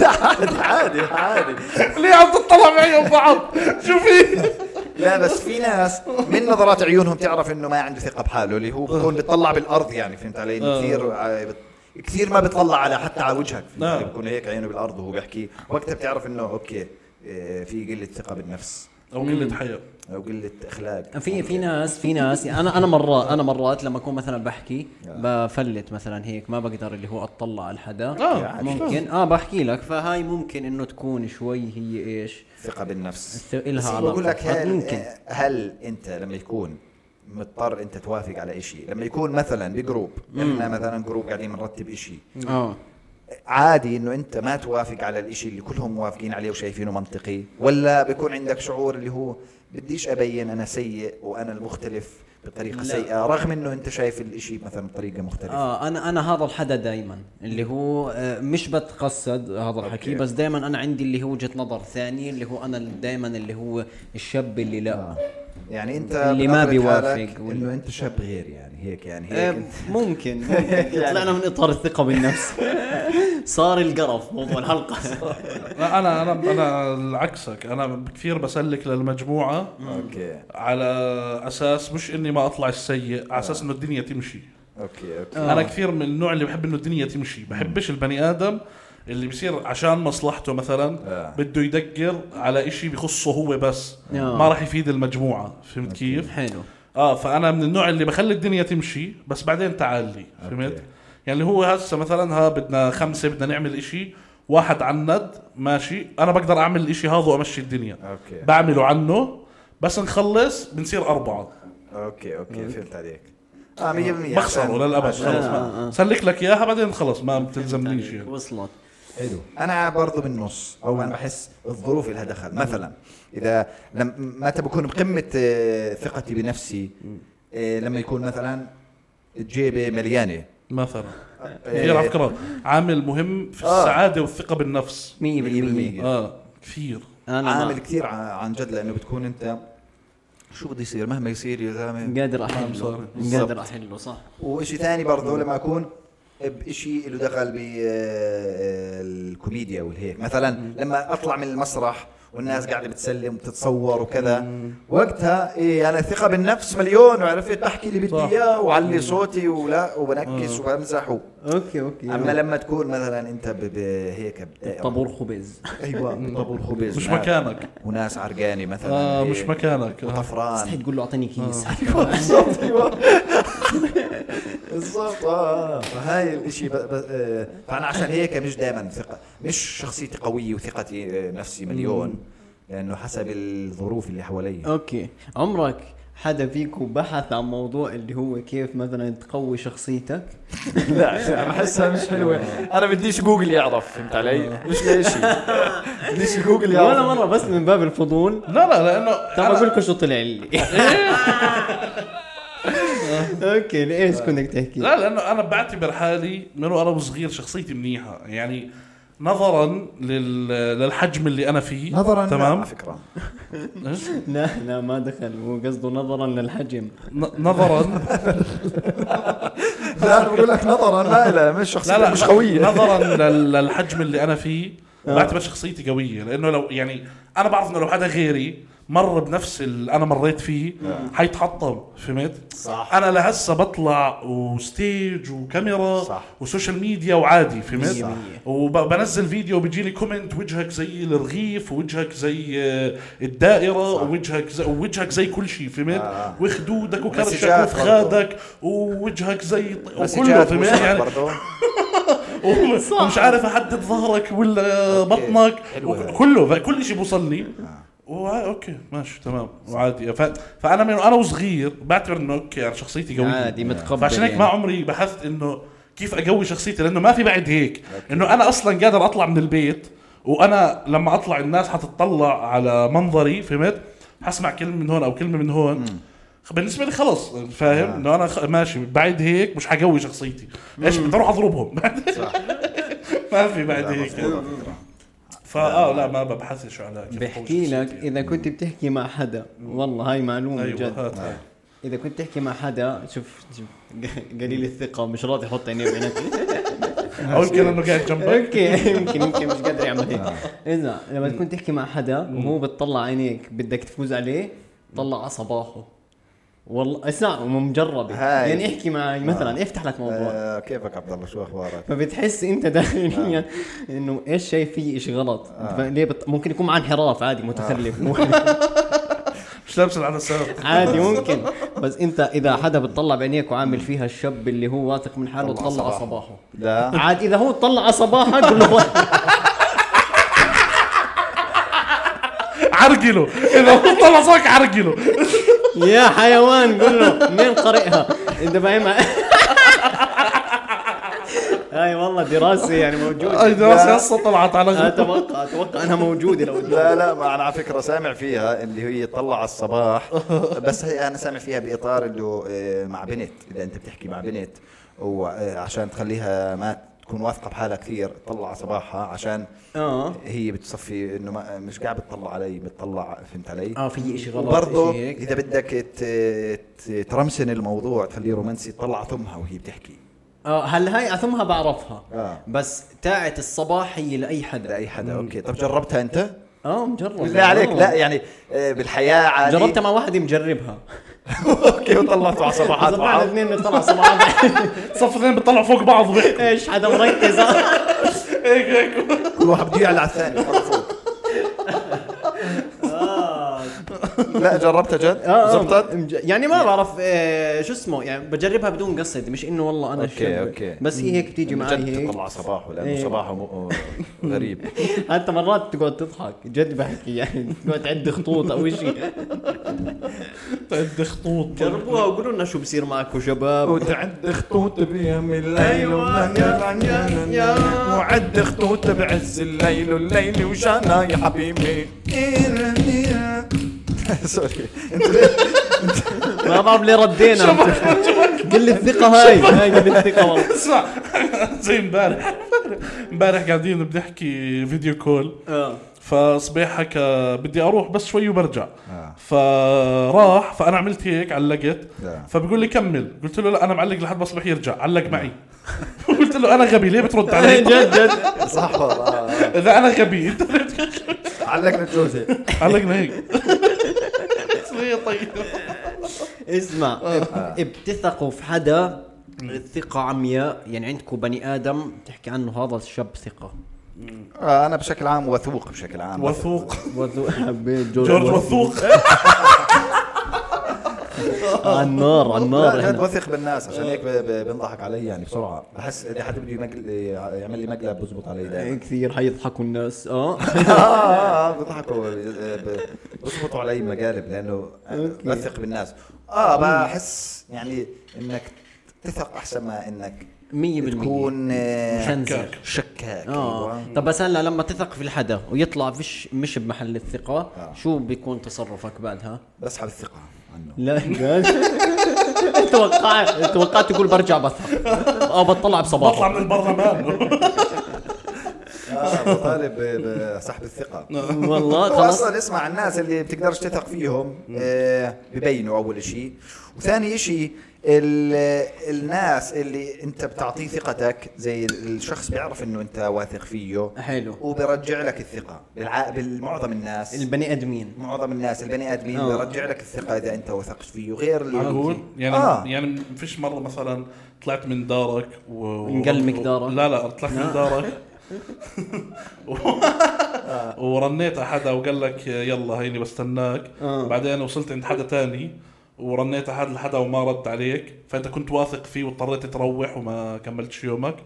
[SPEAKER 3] لا عادي عادي عادي
[SPEAKER 2] ليه عم تطلع في عيون بعض؟ شو في؟
[SPEAKER 3] لا بس في ناس من نظرات عيونهم تعرف انه ما عنده ثقه بحاله اللي
[SPEAKER 2] آه.
[SPEAKER 3] هو بكون بيطلع بالارض يعني فهمت علي إنه كثير ع- بت- كثير ما بيطلع على حتى على وجهك فهمت
[SPEAKER 2] آه.
[SPEAKER 3] علي بكون هيك عينه بالارض وهو بيحكي وقتها بتعرف انه اوكي إيه، في قله ثقه بالنفس
[SPEAKER 2] او قله حياء
[SPEAKER 3] او قله اخلاق
[SPEAKER 4] في في ناس في ناس يعني انا انا مرات انا مرات لما اكون مثلا بحكي بفلت مثلا هيك ما بقدر اللي هو اطلع على حدا
[SPEAKER 2] اه
[SPEAKER 4] ممكن اه بحكي لك فهاي ممكن انه تكون شوي هي ايش
[SPEAKER 3] ثقه بالنفس
[SPEAKER 4] الث- إلها
[SPEAKER 3] بس
[SPEAKER 4] علاقه
[SPEAKER 3] بقول لك
[SPEAKER 4] آه،
[SPEAKER 3] هل
[SPEAKER 4] ممكن
[SPEAKER 3] هل انت لما يكون مضطر انت توافق على شيء لما يكون مثلا بجروب احنا مثلا جروب قاعدين بنرتب شيء
[SPEAKER 2] آه.
[SPEAKER 4] اه
[SPEAKER 3] عادي انه انت ما توافق على الشيء اللي كلهم موافقين عليه وشايفينه منطقي ولا بيكون عندك شعور اللي هو بديش ابين انا سيء وانا المختلف بطريقه سيئه رغم انه انت شايف الشيء مثلا بطريقه مختلفه
[SPEAKER 4] اه انا انا هذا الحدا دائما اللي هو آه، مش بتقصد هذا الحكي
[SPEAKER 3] أوكي.
[SPEAKER 4] بس دائما انا عندي اللي هو وجهه نظر ثانيه اللي هو انا دائما اللي هو الشاب اللي لا
[SPEAKER 3] يعني انت
[SPEAKER 4] آه. اللي ما
[SPEAKER 3] بنظرة حالك
[SPEAKER 4] بيوافق إيه. ولا-
[SPEAKER 3] انه انت شاب غير يعني هيك يعني
[SPEAKER 1] آه،
[SPEAKER 3] هيك
[SPEAKER 1] ممكن ممكن. طلعنا من اطار الثقه بالنفس صار القرف موضوع الحلقه
[SPEAKER 2] لا انا انا انا عكسك انا كثير بسلك للمجموعه
[SPEAKER 3] اوكي
[SPEAKER 2] على اساس مش اني ما اطلع السيء على اساس انه الدنيا تمشي
[SPEAKER 3] اوكي اوكي
[SPEAKER 2] انا كثير من النوع اللي بحب انه الدنيا تمشي بحبش البني ادم اللي بصير عشان مصلحته مثلا
[SPEAKER 3] آه.
[SPEAKER 2] بده يدقر على إشي بخصه هو بس
[SPEAKER 4] آه.
[SPEAKER 2] ما راح يفيد المجموعه فهمت كيف
[SPEAKER 4] حلو
[SPEAKER 2] اه فانا من النوع اللي بخلي الدنيا تمشي بس بعدين تعال لي فهمت
[SPEAKER 3] أوكي.
[SPEAKER 2] يعني هو هسه مثلا ها بدنا خمسه بدنا نعمل إشي واحد عند ماشي انا بقدر اعمل الإشي هذا وامشي الدنيا
[SPEAKER 3] أوكي.
[SPEAKER 2] بعمله عنه بس نخلص بنصير اربعه
[SPEAKER 3] اوكي اوكي فهمت عليك اه 100%
[SPEAKER 2] بخسره للابد خلص
[SPEAKER 4] آه،
[SPEAKER 2] ما-
[SPEAKER 4] آه.
[SPEAKER 2] سلك لك اياها بعدين خلص ما بتلزمنيش يعني
[SPEAKER 4] وصلت
[SPEAKER 3] حلو انا برضه بالنص او انا بحس الظروف لها دخل مثلا اذا لم متى بكون بقمه آه، ثقتي بنفسي آه، لما يكون مثلا جيبي مليانه
[SPEAKER 2] مثلا
[SPEAKER 3] آه،
[SPEAKER 4] إيه.
[SPEAKER 2] كثير على فكره عامل مهم في
[SPEAKER 3] آه.
[SPEAKER 2] السعاده والثقه بالنفس
[SPEAKER 4] 100%
[SPEAKER 2] اه كثير
[SPEAKER 4] انا
[SPEAKER 3] عامل
[SPEAKER 4] عامل
[SPEAKER 3] كثير ع- عن جد لانه بتكون انت شو بده يصير مهما يصير يا زلمه
[SPEAKER 4] قادر
[SPEAKER 2] صار.
[SPEAKER 4] احله قادر احله صح
[SPEAKER 3] وشيء ثاني برضه لما اكون بشيء له دخل بالكوميديا والهيك مثلا لما اطلع من المسرح والناس قاعده بتسلم وبتتصور وكذا وقتها إيه انا ثقه بالنفس مليون وعرفت بحكي اللي بدي
[SPEAKER 2] صح.
[SPEAKER 3] اياه وعلي صوتي ولا وبنكس وبمزح و-
[SPEAKER 4] اوكي اوكي
[SPEAKER 3] اما لما تكون مثلا انت ب- ب- هيك بدائرة.
[SPEAKER 4] طابور خبز
[SPEAKER 3] ايوه طابور خبز
[SPEAKER 2] مش
[SPEAKER 3] ناس-
[SPEAKER 2] مكانك
[SPEAKER 3] وناس عرقانه مثلا
[SPEAKER 2] آه
[SPEAKER 3] هيك،
[SPEAKER 2] مش مكانك آه.
[SPEAKER 3] وطفران
[SPEAKER 4] تستحي تقول له اعطيني كيس
[SPEAKER 3] بالضبط ايوه بالضبط اه فهاي الشيء فانا آه. عشان هيك مش دائما ثقه مش شخصيتي قويه وثقتي آه، نفسي مليون لانه حسب الظروف اللي حوالي
[SPEAKER 4] اوكي عمرك حدا فيكم بحث عن موضوع اللي هو كيف مثلا تقوي شخصيتك
[SPEAKER 5] لا بحسها مش حلوه انا بديش جوجل يعرف فهمت علي مش لاقي شيء بديش جوجل
[SPEAKER 4] ولا
[SPEAKER 5] يعرف
[SPEAKER 4] مره بس من باب الفضول
[SPEAKER 2] لا لا لانه
[SPEAKER 4] طب اقول لكم شو طلع لي اوكي ليش كنت تحكي
[SPEAKER 2] لا لانه انا بعتبر حالي من وانا وصغير شخصيتي منيحه يعني نظرا لل... للحجم اللي انا فيه
[SPEAKER 3] نظرا
[SPEAKER 2] تمام
[SPEAKER 3] على فكره
[SPEAKER 2] إيش؟
[SPEAKER 4] لا لا ما دخل هو قصده نظرا للحجم
[SPEAKER 2] ن- نظرا
[SPEAKER 3] لا انا بقول لك نظرا لا لا مش
[SPEAKER 2] لا
[SPEAKER 3] شخصيتي
[SPEAKER 2] لا
[SPEAKER 3] مش آه. قويه
[SPEAKER 2] نظرا لل- للحجم اللي انا فيه بعتبر شخصيتي قويه لانه لو يعني انا بعرف انه لو حدا غيري مر بنفس اللي انا مريت فيه حيتحطم فهمت؟
[SPEAKER 3] آه. صح.
[SPEAKER 2] انا لهسه بطلع وستيج وكاميرا
[SPEAKER 3] صح.
[SPEAKER 2] وسوشيال ميديا وعادي
[SPEAKER 4] مية
[SPEAKER 2] فهمت؟
[SPEAKER 4] مية.
[SPEAKER 2] وبنزل فيديو بيجيني كومنت وجهك زي الرغيف ووجهك زي آه، الدائره
[SPEAKER 3] صح.
[SPEAKER 2] ووجهك زي ووجهك زي كل شيء فهمت؟
[SPEAKER 3] آه.
[SPEAKER 2] وخدودك وكرشك
[SPEAKER 3] مسجات برضو.
[SPEAKER 2] وفخادك ووجهك زي وكله
[SPEAKER 3] مسجات
[SPEAKER 2] فهمت؟
[SPEAKER 3] وشات
[SPEAKER 2] يعني
[SPEAKER 3] برضه
[SPEAKER 2] ومش ومش عارف احدد ظهرك ولا بطنك
[SPEAKER 3] حلوة هاي.
[SPEAKER 2] كله ف- كل شيء بوصلني وع- اوكي ماشي تمام وعادي ف... فانا من انا وصغير بعتبر انه اوكي انا شخصيتي قويه
[SPEAKER 4] عادي متقبل
[SPEAKER 2] فعشان هيك
[SPEAKER 4] يعني.
[SPEAKER 2] ما عمري بحثت انه كيف اقوي شخصيتي لانه ما في بعد هيك انه انا اصلا قادر اطلع من البيت وانا لما اطلع الناس حتطلع على منظري فهمت حسمع كلمه من هون او كلمه من هون بالنسبه لي خلص فاهم انه انا خ- ماشي بعد هيك مش حقوي شخصيتي ايش بدي اروح اضربهم
[SPEAKER 3] صح.
[SPEAKER 2] ما في بعد
[SPEAKER 3] لا،
[SPEAKER 2] هيك
[SPEAKER 3] مظبوط على فكرة.
[SPEAKER 2] فاه لا ما ببحثش على كيف
[SPEAKER 4] بحكي لك اذا كنت بتحكي مع حدا والله هاي معلومه
[SPEAKER 2] ايوه
[SPEAKER 4] جد
[SPEAKER 2] هات هاي.
[SPEAKER 4] اذا كنت تحكي مع حدا شوف شوف، قليل الثقه مش راضي يحط عينيه بعينك
[SPEAKER 2] او يمكن انه قاعد جنبك
[SPEAKER 4] اوكي يمكن يمكن مش قادر يعمل
[SPEAKER 3] آه.
[SPEAKER 4] هيك اذا لما تكون تحكي مع حدا وهو بتطلع عينيك بدك تفوز عليه طلع على صباحه والله اسمع مجربه
[SPEAKER 3] هاي.
[SPEAKER 4] يعني احكي معي مثلا افتح لك موضوع
[SPEAKER 3] آه، كيفك عبد الله شو اخبارك
[SPEAKER 4] فبتحس انت داخليا انه ايش شايف في شيء غلط
[SPEAKER 3] آه.
[SPEAKER 4] ليه بت... ممكن يكون معاه انحراف عادي متخلف
[SPEAKER 2] مش لابس العدسات السابق
[SPEAKER 4] عادي ممكن بس انت اذا حدا بتطلع بعينيك وعامل فيها الشاب اللي هو واثق من حاله
[SPEAKER 3] طلع
[SPEAKER 4] طلع على
[SPEAKER 3] صباحه.
[SPEAKER 4] صباحه
[SPEAKER 3] لا
[SPEAKER 4] عاد اذا هو طلع على صباحك قول له
[SPEAKER 2] عرقله اذا هو طلع صوك عرقله
[SPEAKER 4] يا حيوان قول له منين قارئها انت فاهمها هاي والله دراسه يعني موجوده
[SPEAKER 2] اي دراسه هسه طلعت على غ-
[SPEAKER 4] اتوقع اتوقع انها موجوده لو
[SPEAKER 3] لا لا ما انا على فكره سامع فيها اللي هي طلع على الصباح بس هي انا سامع فيها باطار انه آه، مع بنت اذا انت بتحكي مع بنت وعشان آه، تخليها ما تكون واثقه بحالها كثير تطلع على صباحها عشان
[SPEAKER 4] اه
[SPEAKER 3] هي بتصفي انه ما مش قاعد بتطلع علي بتطلع فهمت علي؟
[SPEAKER 4] اه في اشي غلط
[SPEAKER 3] وبرضه
[SPEAKER 4] إشي هيك.
[SPEAKER 3] اذا بدك ت- ت- ترمسن الموضوع تخليه رومانسي تطلع ثمها وهي بتحكي
[SPEAKER 4] اه هلا هاي اثمها بعرفها
[SPEAKER 3] آه.
[SPEAKER 4] بس تاعت الصباح هي لاي حدا
[SPEAKER 3] لاي حدا اوكي طب جربتها انت؟
[SPEAKER 4] اه مجرب
[SPEAKER 3] بالله عليك لا يعني آه، بالحياه عادي
[SPEAKER 4] جربتها مع واحد مجربها
[SPEAKER 3] اوكي وطلعته على صباحات
[SPEAKER 4] طلعنا
[SPEAKER 3] بعض
[SPEAKER 4] اثنين بنطلع صباحات
[SPEAKER 2] صف اثنين بيطلعوا فوق بعض بيحكوا
[SPEAKER 4] ايش حدا مركز
[SPEAKER 2] هيك هيك
[SPEAKER 3] كل واحد بده يعلى على الثاني خلصوا. لا جربتها جد؟
[SPEAKER 4] آه، آه،
[SPEAKER 3] زبطت؟
[SPEAKER 4] مج- يعني ما بعرف آه، شو اسمه يعني بجربها بدون قصد مش انه والله انا
[SPEAKER 3] أوكي،
[SPEAKER 4] شاب.
[SPEAKER 3] أوكي. يعني
[SPEAKER 4] بس هي هيك بتيجي معي
[SPEAKER 3] جد
[SPEAKER 4] هيك
[SPEAKER 3] تطلع صباحه لانه
[SPEAKER 4] إيه.
[SPEAKER 3] صباحه مو- غريب
[SPEAKER 4] حتى مرات تقعد تضحك جد بحكي يعني تقعد تعد خطوط او شيء
[SPEAKER 2] تعد خطوط
[SPEAKER 4] جربوها وقولوا لنا شو بصير معكم شباب
[SPEAKER 5] وتعد خطوط بيهم الليل
[SPEAKER 4] أيوة.
[SPEAKER 5] وعد خطوط بعز الليل والليل وشانا يا حبيبي
[SPEAKER 3] سوري
[SPEAKER 4] ما بعرف ليه ردينا قل الثقه هاي هاي قل الثقه والله
[SPEAKER 2] اسمع زي امبارح امبارح قاعدين بنحكي فيديو كول
[SPEAKER 4] آه.
[SPEAKER 2] فصبيح حكى بدي اروح بس شوي وبرجع
[SPEAKER 3] آه.
[SPEAKER 2] فراح فانا عملت هيك علقت
[SPEAKER 3] آه.
[SPEAKER 2] فبقول لي كمل قلت له لا انا معلق لحد ما صبيح يرجع علق معي قلت له انا غبي ليه بترد علي
[SPEAKER 4] جد جد
[SPEAKER 3] صح والله
[SPEAKER 2] اذا انا غبي انت ليه بتحكي
[SPEAKER 3] علقنا الجوزه
[SPEAKER 2] علقنا هيك شوية طيب
[SPEAKER 4] اسمع
[SPEAKER 3] آه.
[SPEAKER 4] بتثقوا في حدا الثقة عمياء يعني عندكم بني ادم تحكي عنه هذا الشاب ثقة
[SPEAKER 3] آه، انا بشكل عام وثوق بشكل عام
[SPEAKER 2] وثوق
[SPEAKER 4] وذو- حبيت جورج
[SPEAKER 2] جورج وثوق
[SPEAKER 4] على النار على النار
[SPEAKER 3] لا جد
[SPEAKER 4] احنا
[SPEAKER 3] وثق بالناس عشان هيك ب- ب- بنضحك علي يعني بسرعه بحس اذا حد بده يمقل- يعمل لي مقلب بزبط علي دائما
[SPEAKER 4] يعني كثير حيضحكوا الناس اه
[SPEAKER 3] آه، آه، آه، بيضحكوا ب- ب- بيصبطوا علي مقالب لانه
[SPEAKER 4] أوكي.
[SPEAKER 3] بثق بالناس اه بحس يعني انك تثق احسن ما انك
[SPEAKER 4] 100%
[SPEAKER 3] تكون آه،
[SPEAKER 4] مشنزر.
[SPEAKER 3] شكاك
[SPEAKER 4] اه
[SPEAKER 3] أيوة.
[SPEAKER 4] طب بس هلا لما تثق في الحدا ويطلع فيش مش بمحل الثقة
[SPEAKER 3] آه.
[SPEAKER 4] شو بيكون تصرفك بعدها؟
[SPEAKER 3] بسحب الثقه عنه
[SPEAKER 4] لا توقعت توقعت تقول برجع بثق اه بطلع
[SPEAKER 2] بطلع
[SPEAKER 4] بصباح
[SPEAKER 2] من البرلمان
[SPEAKER 3] اه بطالب ب- بسحب الثقه
[SPEAKER 4] والله
[SPEAKER 3] هو
[SPEAKER 4] آه، خلاص
[SPEAKER 3] اصلا اسمع الناس اللي بتقدرش تثق فيهم آه ببينوا اول شيء وثاني شيء الناس اللي انت بتعطيه ثقتك زي الشخص بيعرف انه انت واثق فيه
[SPEAKER 4] حلو
[SPEAKER 3] وبرجع لك الثقه بالع... بالمعظم الناس
[SPEAKER 4] البني ادمين
[SPEAKER 3] معظم الناس البني ادمين
[SPEAKER 4] آه.
[SPEAKER 3] برجع لك الثقه اذا انت وثقت فيه غير
[SPEAKER 2] معقول يعني
[SPEAKER 3] آه.
[SPEAKER 2] يعني ما فيش مره مثلا طلعت من دارك و... و-
[SPEAKER 4] انقل مقدارك.
[SPEAKER 2] لا لا طلعت من دارك و... ورنيت على حدا وقال لك يلا هيني بستناك
[SPEAKER 4] آه.
[SPEAKER 2] بعدين وصلت عند حدا تاني ورنيت على حد لحدا وما رد عليك فانت كنت واثق فيه واضطريت تروح وما كملتش يومك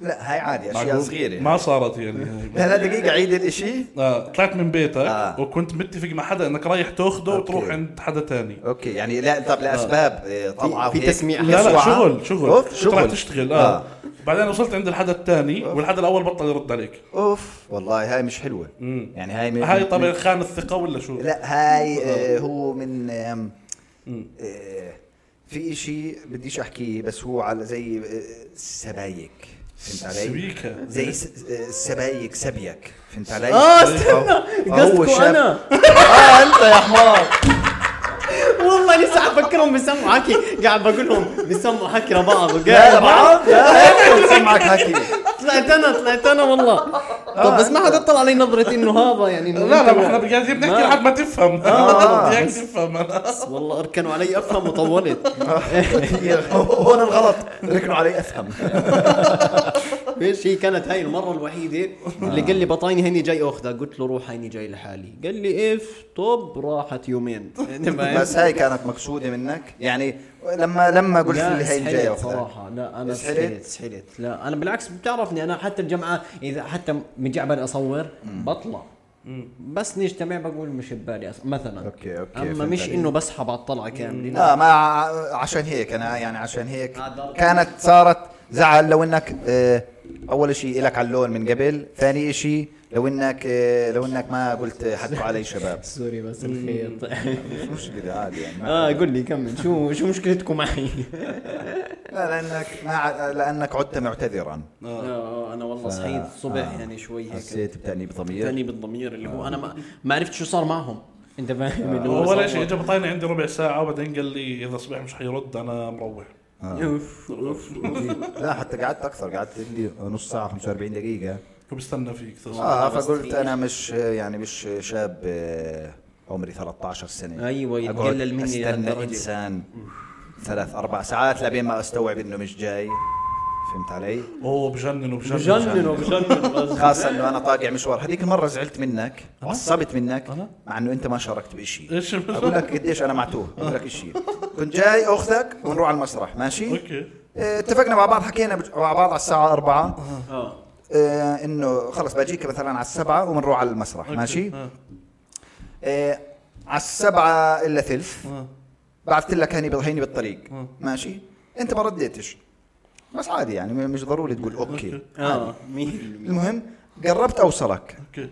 [SPEAKER 3] لا هاي عادي اشياء
[SPEAKER 2] معقول؟
[SPEAKER 3] صغيره
[SPEAKER 2] ما صارت يعني
[SPEAKER 3] لا دقيقه عيد الاشي
[SPEAKER 2] آه، طلعت من بيتك
[SPEAKER 3] آه.
[SPEAKER 2] وكنت متفق مع حدا انك رايح تاخده
[SPEAKER 3] أوكي.
[SPEAKER 2] وتروح عند حدا تاني
[SPEAKER 3] اوكي يعني لا طب لاسباب آه، طلعه
[SPEAKER 4] في
[SPEAKER 3] وهيك.
[SPEAKER 4] تسميع.
[SPEAKER 2] لا لا
[SPEAKER 3] يسوع.
[SPEAKER 2] شغل شغل
[SPEAKER 3] أوف،
[SPEAKER 2] شغل
[SPEAKER 3] شغل
[SPEAKER 2] تشتغل اه, آه. بعدين وصلت عند الحدا الثاني والحدا الاول بطل يرد عليك
[SPEAKER 3] اوف والله هاي مش حلوه
[SPEAKER 2] مم.
[SPEAKER 3] يعني هاي من
[SPEAKER 2] هاي طبعا خان الثقه ولا شو؟
[SPEAKER 3] لا هاي آه، هو من آم، آه، في شيء بديش احكيه بس هو على زي آه، سبايك فهمت علي؟
[SPEAKER 2] سبيكة.
[SPEAKER 3] زي س- آه، سبايك سبيك فهمت علي؟
[SPEAKER 4] آه، استنى،
[SPEAKER 3] فهو- فهو
[SPEAKER 4] قصدكم
[SPEAKER 3] شاب-
[SPEAKER 4] انا
[SPEAKER 3] اه انت يا حمار
[SPEAKER 4] والله لسه عم بفكرهم بيسمعوا حكي قاعد بقول لهم بيسمعوا حكي لبعض
[SPEAKER 3] لا
[SPEAKER 4] وقاعد
[SPEAKER 3] بعض لا هيك سمعك حكي
[SPEAKER 4] طلعت انا طلعت انا والله طب بس ما
[SPEAKER 3] آه.
[SPEAKER 4] حدا طلع علي نظرة انه هذا يعني إنه
[SPEAKER 2] لا لا
[SPEAKER 4] أنت
[SPEAKER 2] ما احنا
[SPEAKER 4] و-
[SPEAKER 2] قاعدين بنحكي
[SPEAKER 4] ما-
[SPEAKER 2] لحد ما تفهم
[SPEAKER 3] آه.
[SPEAKER 2] بدي اياك تفهم انا
[SPEAKER 4] والله اركنوا علي افهم وطولت
[SPEAKER 3] آه. هون الغلط ركنوا علي افهم
[SPEAKER 4] ايش هي كانت هاي المرة الوحيدة اللي قال لي بطايني هيني جاي اخذها قلت له روح هيني جاي لحالي قال لي اف طب راحت يومين يعني
[SPEAKER 3] بس هاي كانت مقصوده منك يعني لما لما قلت
[SPEAKER 4] لا
[SPEAKER 3] لي هي
[SPEAKER 4] سحلت
[SPEAKER 3] الجايه وقتها.
[SPEAKER 4] صراحه لا انا
[SPEAKER 3] سحلت؟
[SPEAKER 4] سحلت سحلت لا انا بالعكس بتعرفني انا حتى الجمعه اذا حتى مجعبل اصور بطلع بس نجتمع بقول مش ببالي أص... مثلا
[SPEAKER 3] أوكي، أوكي،
[SPEAKER 4] اما
[SPEAKER 3] فهمت
[SPEAKER 4] مش
[SPEAKER 3] عليك.
[SPEAKER 4] انه
[SPEAKER 1] نعم.
[SPEAKER 4] بسحب على الطلعه كامله لا
[SPEAKER 3] لا ما ع- عشان هيك انا يعني عشان هيك
[SPEAKER 4] آه، دار-
[SPEAKER 3] كانت صارت زعل لو انك آه، اول شيء لك على اللون من قبل ثاني شيء لو انك آه، لو انك ما قلت حكوا علي شباب
[SPEAKER 4] سوري بس الخيط
[SPEAKER 3] مش مشكله عادي يعني
[SPEAKER 1] آه،
[SPEAKER 4] اه قول لي كمل شو شو مشكلتكم معي؟
[SPEAKER 3] لا لانك ما ع- لانك عدت معتذرا
[SPEAKER 1] آه، انا والله صحيت الصبح يعني شوي هيك
[SPEAKER 3] آه، حسيت آه. بتأنيب ضمير
[SPEAKER 1] ثاني بالضمير اللي هو انا ما, ما عرفت شو صار معهم
[SPEAKER 4] انت
[SPEAKER 3] آه،
[SPEAKER 4] فاهم انه هو
[SPEAKER 2] ولا
[SPEAKER 4] صوت.
[SPEAKER 2] شيء اجى بطايني عندي ربع ساعه وبعدين قال لي اذا صبح مش حيرد انا مروح
[SPEAKER 3] آه.
[SPEAKER 1] اوف اوف
[SPEAKER 3] لا حتى قعدت اكثر قعدت لي نص ساعه 45 دقيقه
[SPEAKER 2] وبستنى فيك
[SPEAKER 3] اه فقلت انا مش يعني مش شاب آه، عمري 13 سنه
[SPEAKER 1] أيوة،
[SPEAKER 3] أقعد
[SPEAKER 1] يتقلل مني
[SPEAKER 3] استنى
[SPEAKER 1] لهالدرجة.
[SPEAKER 3] انسان ثلاث اربع ساعات لبين ما استوعب انه مش جاي فهمت علي؟
[SPEAKER 2] اوه بجنن وبجنن
[SPEAKER 4] بجننوا بجننوا بس.
[SPEAKER 3] خاصه انه انا طاقع مشوار هذيك المره زعلت منك وعصبت منك
[SPEAKER 2] أنا؟
[SPEAKER 3] مع انه انت ما شاركت بشيء
[SPEAKER 2] ايش بجنن؟
[SPEAKER 3] اقول لك قديش انا معتوه اقول لك شيء كنت جاي اخذك ونروح على المسرح ماشي
[SPEAKER 2] اوكي
[SPEAKER 3] آه، اتفقنا مع بعض حكينا بج- مع بعض على الساعه 4
[SPEAKER 1] اه
[SPEAKER 3] آه، انه خلص باجيك مثلا على السبعة وبنروح على المسرح
[SPEAKER 2] أوكي.
[SPEAKER 3] ماشي
[SPEAKER 2] آه.
[SPEAKER 3] آه، على السبعة الا ثلث
[SPEAKER 2] آه.
[SPEAKER 3] بعثت لك هني هيني بالطريق
[SPEAKER 2] آه.
[SPEAKER 3] ماشي انت ما رديتش بس عادي يعني م- مش ضروري تقول اوكي
[SPEAKER 2] أوكي.
[SPEAKER 1] اه 100%
[SPEAKER 3] المهم قربت اوصلك
[SPEAKER 2] اوكي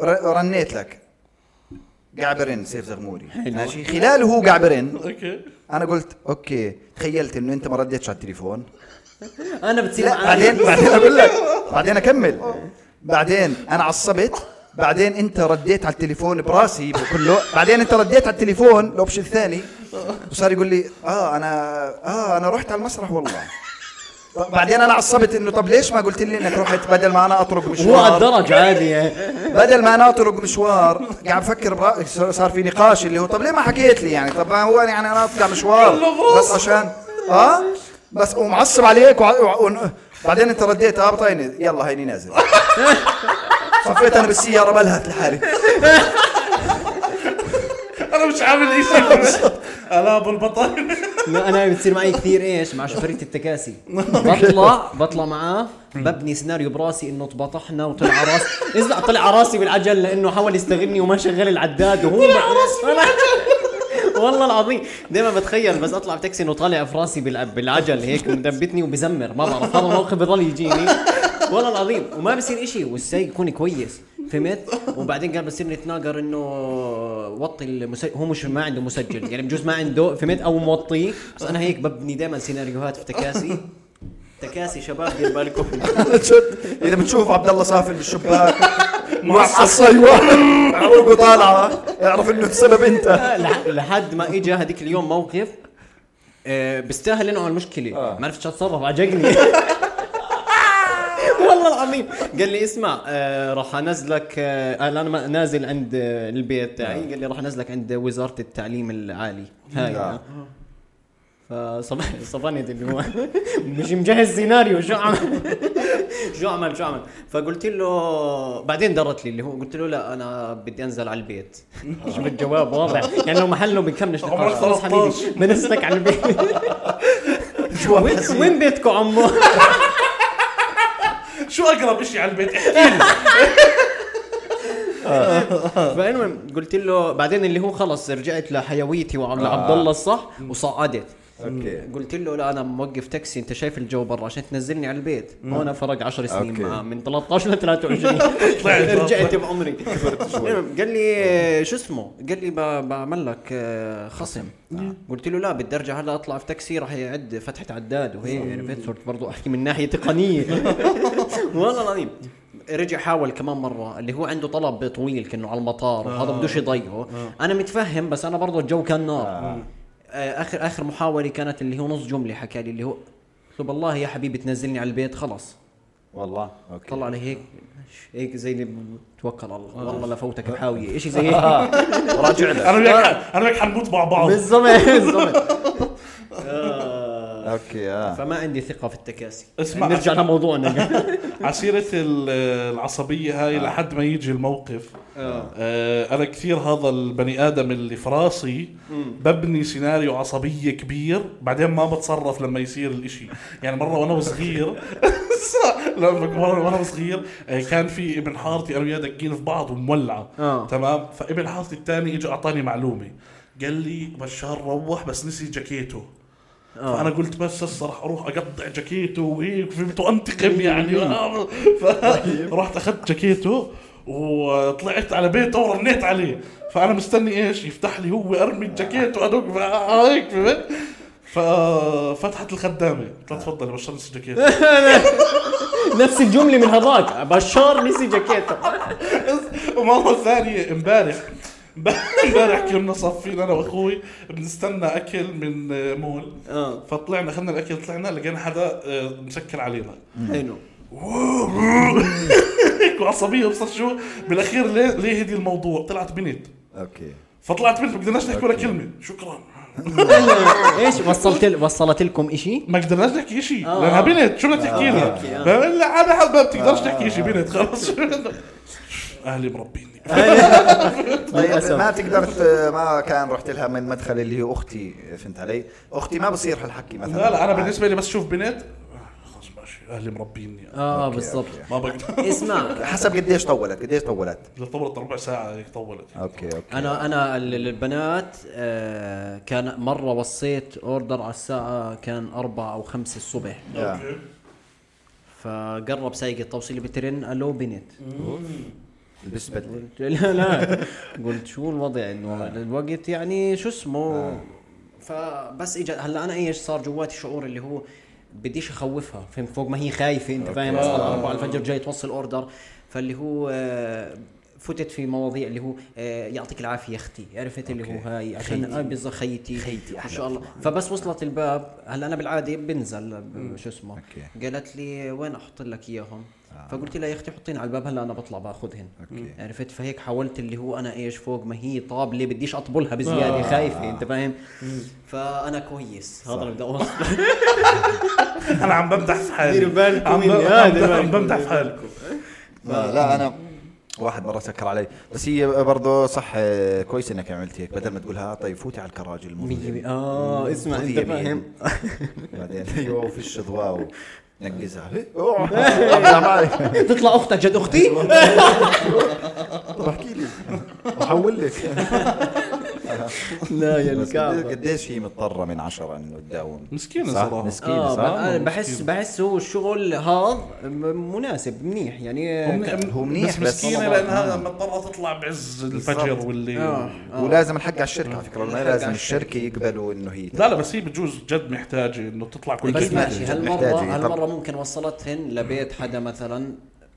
[SPEAKER 3] ر- رنيت لك قاعد برن سيف زغموري ماشي خلاله هو قاعد برن
[SPEAKER 2] اوكي
[SPEAKER 3] انا قلت اوكي تخيلت انه انت ما رديتش على التليفون
[SPEAKER 1] انا بتصير
[SPEAKER 3] لا
[SPEAKER 1] معي
[SPEAKER 3] بعدين بعدين اقول لك بعدين اكمل بعدين انا عصبت بعدين انت رديت على التليفون براسي كله بعدين انت رديت على التليفون الاوبشن الثاني وصار يقول لي اه انا اه انا رحت على المسرح والله طب بعدين انا عصبت انه طب ليش ما قلت لي انك رحت بدل ما انا اطرق
[SPEAKER 4] هو على
[SPEAKER 3] مشوار
[SPEAKER 4] الدرج عادي يعني.
[SPEAKER 3] بدل ما انا اطرق مشوار قاعد افكر برا... صار- صار في نقاش اللي هو طب ليه ما حكيت لي يعني طب ما هو يعني انا اطلع مشوار بس عشان اه بس ومعصب عليك وع... وع... ون... بعدين انت رديت اه بطيني يلا هيني نازل صفيت انا بالسياره بلهت لحالي
[SPEAKER 2] انا مش عامل شيء انا ابو البطاينه
[SPEAKER 4] لا انا بتصير معي كثير ايش مع شفريت التكاسي بطلع بطلع معاه ببني سيناريو براسي انه تبطحنا وطلع على راسي اسمع طلع على راسي بالعجل لانه حاول يستغلني وما شغل العداد وهو طلع راسي بالعجل والله العظيم دائما بتخيل بس اطلع بتاكسي انه طالع في راسي بالع- بالعجل هيك مدبتني وبزمر ما بعرف هذا الموقف بضل يجيني والله العظيم وما بصير إشي والسيء يكون كويس فهمت وبعدين قال بصير نتناقر انه وطي المسجل هو مش ما عنده مسجل يعني بجوز ما عنده فهمت او موطيه بس انا هيك ببني دائما سيناريوهات في تكاسي تكاسي شباب دير بالكم
[SPEAKER 3] شد اذا بتشوف عبد الله صافل بالشباك مع الصيوة عروقه طالعه اعرف انه السبب انت
[SPEAKER 4] لح- لحد ما اجى هذيك اليوم موقف آه، بستاهل انه على المشكله ما عرفتش اتصرف عجقني والله العظيم قال لي اسمع آه، راح انزلك آه، انا ما- نازل عند آه، البيت تاعي قال لي راح انزلك عند وزاره التعليم العالي هاي
[SPEAKER 3] آه.
[SPEAKER 4] آه. فصبح صبنت اللي هو مش مجهز سيناريو شو عمل شو عمل شو عمل فقلت له بعدين درت لي اللي هو قلت له لا انا بدي انزل على البيت شوف الجواب واضح يعني لو محله بكملش
[SPEAKER 2] عمره
[SPEAKER 4] نقاش خلص حبيبي
[SPEAKER 2] 13.
[SPEAKER 4] بنزلك على البيت وين- وين بيتكم عمو
[SPEAKER 2] شو اقرب شيء على البيت احكي
[SPEAKER 4] فالمهم قلت له بعدين اللي هو خلص رجعت لحيويتي وعبد الله الصح وصعدت
[SPEAKER 3] اوكي
[SPEAKER 4] قلت له لا انا موقف تاكسي انت شايف الجو برا عشان تنزلني على البيت هون فرق 10 سنين
[SPEAKER 3] أوكي.
[SPEAKER 4] معاه من 13 ل 23
[SPEAKER 2] طلعت.
[SPEAKER 4] رجعت بعمري المهم، قال لي شو اسمه قال لي ب- بعمل لك آه، خصم قلت له لا بدي ارجع هلا اطلع في تاكسي راح يعد فتحه عداد وهيك عرفت صرت برضه احكي من ناحيه تقنيه والله العظيم رجع حاول كمان مره اللي هو عنده طلب طويل كانه على المطار وهذا بدوش يضيعه انا متفهم بس انا برضه الجو كان نار آه، اخر اخر محاوله كانت اللي هو نص جمله حكى لي اللي هو قلت له بالله يا حبيبي تنزلني على البيت خلص
[SPEAKER 3] والله اوكي
[SPEAKER 4] طلع لي هيك هيك زي اللي ب- توكل على الله والله لا فوتك بحاويه شيء زي هيك
[SPEAKER 3] راجع لك
[SPEAKER 2] انا وياك انا وياك حنموت مع بعض
[SPEAKER 4] بالضبط بالضبط آه،
[SPEAKER 3] اوكي اه
[SPEAKER 4] فما عندي ثقه في التكاسي
[SPEAKER 2] اسمع.
[SPEAKER 4] نرجع لموضوعنا
[SPEAKER 2] عسيرة ال- العصبية هاي لحد ما يجي الموقف آه، أنا كثير هذا البني آدم اللي في راسي ببني سيناريو عصبية كبير بعدين ما بتصرف لما يصير الإشي يعني مرة وأنا وصغير لما مرة وأنا وصغير آه، كان في ابن حارتي أنا وياه دقين في بعض ومولعة
[SPEAKER 4] آه.
[SPEAKER 2] تمام فابن حارتي الثاني إجى أعطاني معلومة قال لي بشار روح بس نسي جاكيته فانا قلت بس هسه رح اروح اقطع جاكيته وهيك فهمت وانتقم يعني فرحت اخذت جاكيته وطلعت على بيته ورنيت عليه فانا مستني ايش يفتح لي هو ارمي الجاكيت وادق معاه هيك فهمت ففتحت الخدامه قلت لها تفضلي بشر نسي الجاكيت
[SPEAKER 4] نفس الجمله من هذاك بشار نسي جاكيته
[SPEAKER 2] ومره ثانيه امبارح امبارح كنا صافين انا واخوي بنستنى اكل من مول
[SPEAKER 4] اه
[SPEAKER 2] فطلعنا اخذنا الاكل طلعنا لقينا حدا آه، مسكر علينا
[SPEAKER 4] حلو
[SPEAKER 2] هيك وعصبيه وبصر شو بالاخير ليه ليه هدي الموضوع طلعت بنت
[SPEAKER 3] اوكي
[SPEAKER 2] فطلعت بنت ما قدرناش نحكي ولا كلمه شكرا
[SPEAKER 4] ايش وصلت وصلت لكم اشي؟
[SPEAKER 2] ما قدرناش نحكي شيء
[SPEAKER 4] آه.
[SPEAKER 2] لانها بنت شو بدك تحكي لها؟
[SPEAKER 4] أوكي، آه.
[SPEAKER 2] فقال لا انا حب- ما بتقدرش تحكي شيء بنت خلص اهلي مربيني
[SPEAKER 3] طيب
[SPEAKER 4] للأسف.
[SPEAKER 3] ما تقدرت ما كان رحت لها من مدخل اللي هي اختي فهمت علي؟ اختي ما بصير هالحكي مثلا
[SPEAKER 2] لا لا انا بالنسبه لي بس شوف بنت خلص ماشي اهلي مربيني
[SPEAKER 4] اه
[SPEAKER 3] أوكي،
[SPEAKER 4] بالضبط
[SPEAKER 3] أوكي.
[SPEAKER 2] ما بقدر
[SPEAKER 4] اسمع
[SPEAKER 3] حسب قديش طولت قديش طولت
[SPEAKER 2] إذا طولت ربع ساعه هيك طولت
[SPEAKER 3] اوكي اوكي
[SPEAKER 4] انا انا ال- ال- البنات آه، كان مره وصيت اوردر على الساعه كان أربعة او خمسة الصبح
[SPEAKER 3] يا.
[SPEAKER 4] فقرب سايق التوصيل بترن الو بنت
[SPEAKER 3] لبس بدله
[SPEAKER 4] قلت لا لا قلت شو الوضع انه
[SPEAKER 3] آه.
[SPEAKER 4] الوقت يعني شو اسمه فبس اجى هلا انا ايش صار جواتي شعور اللي هو بديش اخوفها فهمت فوق ما هي خايفه انت فاهم اصلا 4
[SPEAKER 3] آه.
[SPEAKER 4] الفجر جاي توصل اوردر فاللي هو آه، فتت في مواضيع اللي هو آه، يعطيك العافيه اختي عرفت اللي هو هاي عشان آه، بالظبط خيتي
[SPEAKER 3] خيتي
[SPEAKER 4] ان
[SPEAKER 3] أحلى
[SPEAKER 4] شاء الله
[SPEAKER 3] طبعاً.
[SPEAKER 4] فبس وصلت الباب هلا انا بالعاده بنزل ب- شو اسمه
[SPEAKER 3] أوكي.
[SPEAKER 4] قالت لي وين احط لك اياهم
[SPEAKER 3] آه.
[SPEAKER 4] فقلت لها يا اختي حطين على الباب هلا انا بطلع باخذهن
[SPEAKER 3] اوكي
[SPEAKER 4] عرفت فهيك حاولت اللي هو انا ايش فوق ما هي طابله بديش اطبلها بزياده
[SPEAKER 3] آه.
[SPEAKER 4] خايفه انت فاهم فانا كويس هذا اللي بدي اوصله
[SPEAKER 2] انا عم بمدح في حالي
[SPEAKER 4] ديروا بالكم
[SPEAKER 2] عم ب-
[SPEAKER 4] مني، آه،
[SPEAKER 2] عم ب-
[SPEAKER 4] ديروا
[SPEAKER 2] عم
[SPEAKER 4] بالكم.
[SPEAKER 2] بمدح في حالي
[SPEAKER 3] لا, لا انا واحد مره سكر علي بس هي برضه صح آه، كويس انك عملت هيك بدل ما تقولها آه، طيب فوتي على الكراج المظلم
[SPEAKER 4] اه اسمع انت
[SPEAKER 3] مظلم.
[SPEAKER 4] فاهم
[SPEAKER 3] بعدين ايوه وفيش ضواو نقزها أوه، الله معك.
[SPEAKER 4] تطلع اختك جد اختي
[SPEAKER 3] طب احكي لي احول لك
[SPEAKER 4] لا يا
[SPEAKER 3] بس
[SPEAKER 4] الكعبه
[SPEAKER 3] قديش هي مضطره من عشرة انه تداوم
[SPEAKER 2] مسكينة
[SPEAKER 3] صح؟
[SPEAKER 2] صراحة.
[SPEAKER 3] مسكينه
[SPEAKER 4] اه
[SPEAKER 3] صح
[SPEAKER 4] انا بحس بحس هو الشغل هذا مناسب منيح يعني ك-
[SPEAKER 2] هم-
[SPEAKER 3] هو منيح
[SPEAKER 2] بس
[SPEAKER 3] بس آه.
[SPEAKER 2] مسكينه
[SPEAKER 3] طبعاً.
[SPEAKER 2] لانها مضطره تطلع بعز الفجر
[SPEAKER 3] بالضبط.
[SPEAKER 2] واللي
[SPEAKER 4] آه، آه.
[SPEAKER 3] ولازم الحق على الشركه على فكره
[SPEAKER 4] الحق
[SPEAKER 3] ما
[SPEAKER 4] على
[SPEAKER 3] لازم
[SPEAKER 4] الشركة.
[SPEAKER 3] الشركه يقبلوا انه هي
[SPEAKER 2] لا لا بس هي بجوز جد محتاجه انه تطلع كل
[SPEAKER 4] بس
[SPEAKER 3] أكيد
[SPEAKER 4] ماشي
[SPEAKER 3] محتاجة،
[SPEAKER 4] هالمرة
[SPEAKER 3] محتاجة، طب-
[SPEAKER 4] هالمرة ممكن وصلتهن لبيت حدا مثلا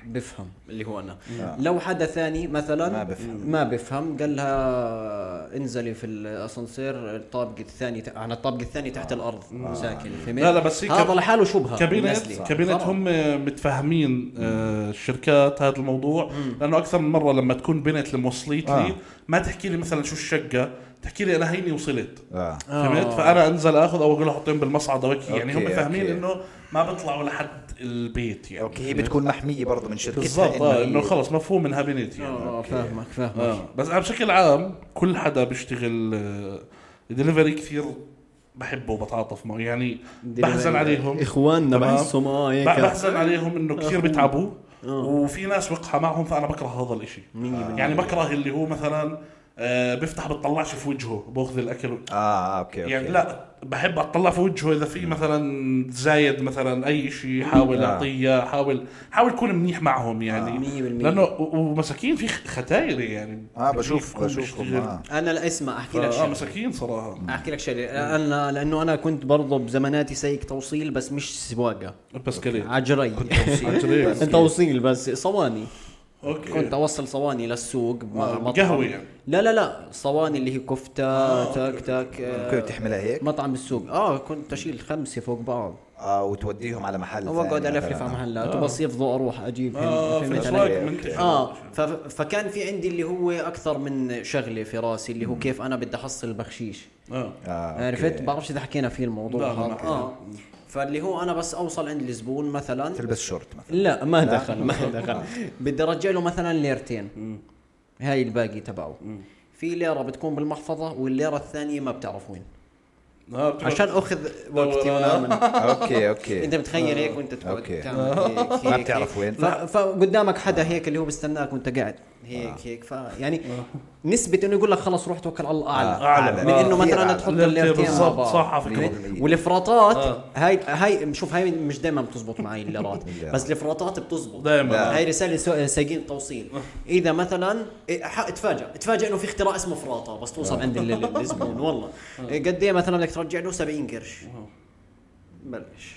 [SPEAKER 4] بفهم اللي هو انا لو حدا ثاني مثلا
[SPEAKER 3] نعم. ما بفهم.
[SPEAKER 4] ما بفهم قال لها انزلي في الاسانسير الطابق الثاني ت- عن الطابق الثاني
[SPEAKER 3] آه.
[SPEAKER 4] تحت الارض ساكن فهمت
[SPEAKER 2] لا لا بس هي
[SPEAKER 4] هذا
[SPEAKER 2] كب-
[SPEAKER 4] لحاله شبهه
[SPEAKER 2] كابينت
[SPEAKER 4] بالنسبة لي.
[SPEAKER 2] كابينت
[SPEAKER 4] خلاص.
[SPEAKER 2] هم متفاهمين آه، الشركات هذا الموضوع لانه اكثر من مره لما تكون بنت لموصليت لي
[SPEAKER 3] آه.
[SPEAKER 2] ما تحكي لي مثلا شو الشقه تحكي لي انا هيني وصلت
[SPEAKER 3] آه.
[SPEAKER 2] فهمت فانا انزل اخذ او اقول له حطهم بالمصعد او هيك. يعني هم
[SPEAKER 3] أوكي،
[SPEAKER 2] فاهمين
[SPEAKER 3] أوكي.
[SPEAKER 2] انه ما بيطلعوا لحد البيت يعني
[SPEAKER 3] اوكي هي بتكون محميه برضه من شركتها
[SPEAKER 2] بالضبط آه، انه
[SPEAKER 3] هي-
[SPEAKER 2] خلص مفهوم انها بنت يعني
[SPEAKER 4] اه آه، فاهمك فاهمك
[SPEAKER 2] آه. بس انا بشكل عام كل حدا بيشتغل دليفري كثير بحبه وبتعاطف معه يعني بحزن عليهم
[SPEAKER 4] اخواننا
[SPEAKER 2] تمام.
[SPEAKER 4] بحسهم اه هيك
[SPEAKER 2] ب- بحزن عليهم انه كثير بتعبوا وفي ناس وقحه معهم فانا بكره هذا الاشي يعني بكره اللي هو مثلا آه، بيفتح بتطلعش في وجهه باخذ الاكل
[SPEAKER 3] اه اوكي اوكي
[SPEAKER 2] يعني لا بحب اتطلع في وجهه اذا في مثلا زايد مثلا اي شيء حاول
[SPEAKER 3] آه.
[SPEAKER 2] اعطيه حاول حاول كون منيح معهم يعني
[SPEAKER 4] مية بالمية.
[SPEAKER 2] لانه و- ومساكين في خ- ختاير يعني
[SPEAKER 3] اه
[SPEAKER 2] كيف
[SPEAKER 3] بشوف
[SPEAKER 2] كون
[SPEAKER 3] بشوفهم
[SPEAKER 2] بيشتغل.
[SPEAKER 3] آه.
[SPEAKER 4] انا لا اسمع احكي لك
[SPEAKER 2] فا- آه
[SPEAKER 4] شغله
[SPEAKER 2] مساكين صراحه
[SPEAKER 4] احكي لك شغله انا لانه انا كنت برضه بزماناتي سايق توصيل بس مش سواقه
[SPEAKER 2] بس
[SPEAKER 3] آه،
[SPEAKER 2] كليت
[SPEAKER 4] عجري
[SPEAKER 2] عجري.
[SPEAKER 4] توصيل بس صواني كنت
[SPEAKER 2] اوكي
[SPEAKER 4] اوصل صواني للسوق مع
[SPEAKER 2] إيه. آه،
[SPEAKER 4] مطعم.
[SPEAKER 2] قهوة يعني.
[SPEAKER 4] لا لا لا صواني اللي هي كفته تاك تاك آه،
[SPEAKER 3] ممكن تحملها هيك
[SPEAKER 4] مطعم بالسوق اه كنت اشيل خمسه فوق بعض
[SPEAKER 3] اه وتوديهم على محل ثاني
[SPEAKER 4] واقعد الفلف على
[SPEAKER 3] مثلاً.
[SPEAKER 4] محلات
[SPEAKER 2] آه.
[SPEAKER 4] وبس يفضوا اروح اجيب
[SPEAKER 2] اه في
[SPEAKER 4] فهمت علي؟
[SPEAKER 2] الاسواق منطقي
[SPEAKER 4] اه ف- فكان في عندي اللي هو اكثر من شغله في راسي اللي هو كيف انا بدي احصل بخشيش
[SPEAKER 2] اه
[SPEAKER 3] آه، أوكي.
[SPEAKER 4] عرفت بعرفش اذا حكينا فيه الموضوع
[SPEAKER 2] لا، ما
[SPEAKER 4] هذا
[SPEAKER 2] حكينا.
[SPEAKER 4] اه فاللي هو انا بس اوصل عند الزبون مثلا
[SPEAKER 3] تلبس شورت مثلا
[SPEAKER 4] لا ما دخل ما
[SPEAKER 3] آه.
[SPEAKER 4] دخل بدي ارجع له مثلا ليرتين هاي الباقي تبعه في ليره بتكون بالمحفظه والليره الثانية ما بتعرف وين
[SPEAKER 2] آه، بتعرف.
[SPEAKER 4] عشان اخذ وقتي وانا
[SPEAKER 3] اوكي
[SPEAKER 4] انت
[SPEAKER 3] اوكي
[SPEAKER 4] بتخيل هيك وانت تقعد
[SPEAKER 3] آه. أوكي. آه.
[SPEAKER 4] تعمل هيك
[SPEAKER 3] ما آه.
[SPEAKER 4] هيك
[SPEAKER 3] بتعرف
[SPEAKER 4] هيك.
[SPEAKER 3] وين.
[SPEAKER 4] ف- فقدامك حدا هيك اللي هو بستناك وانت قاعد
[SPEAKER 3] آه.
[SPEAKER 4] هيك هيك ف يعني نسبه انه يقول لك خلص روح توكل على الله اعلى
[SPEAKER 2] أعلى.
[SPEAKER 4] من انه
[SPEAKER 3] آه، كثير
[SPEAKER 4] مثلا
[SPEAKER 3] أعلى.
[SPEAKER 4] تحط
[SPEAKER 2] ليرتين
[SPEAKER 4] الليرتين مع
[SPEAKER 2] بالضبط،
[SPEAKER 3] آه.
[SPEAKER 4] بعض.
[SPEAKER 2] صح، على فكرة.
[SPEAKER 4] يعني
[SPEAKER 3] مية بالمية.
[SPEAKER 4] والافراطات
[SPEAKER 2] آه.
[SPEAKER 4] هاي هاي شوف هاي مش دائما بتزبط معي الليرات بس الافراطات بتزبط
[SPEAKER 2] دائما
[SPEAKER 4] هاي رساله سو- سايقين توصيل اذا مثلا إيه، ح- اتفاجئ اتفاجئ انه في اختراع اسمه فراطه بس توصل عند ال- ال- الزبون والله إيه، قد ايه مثلا بدك ترجع له 70 قرش بلش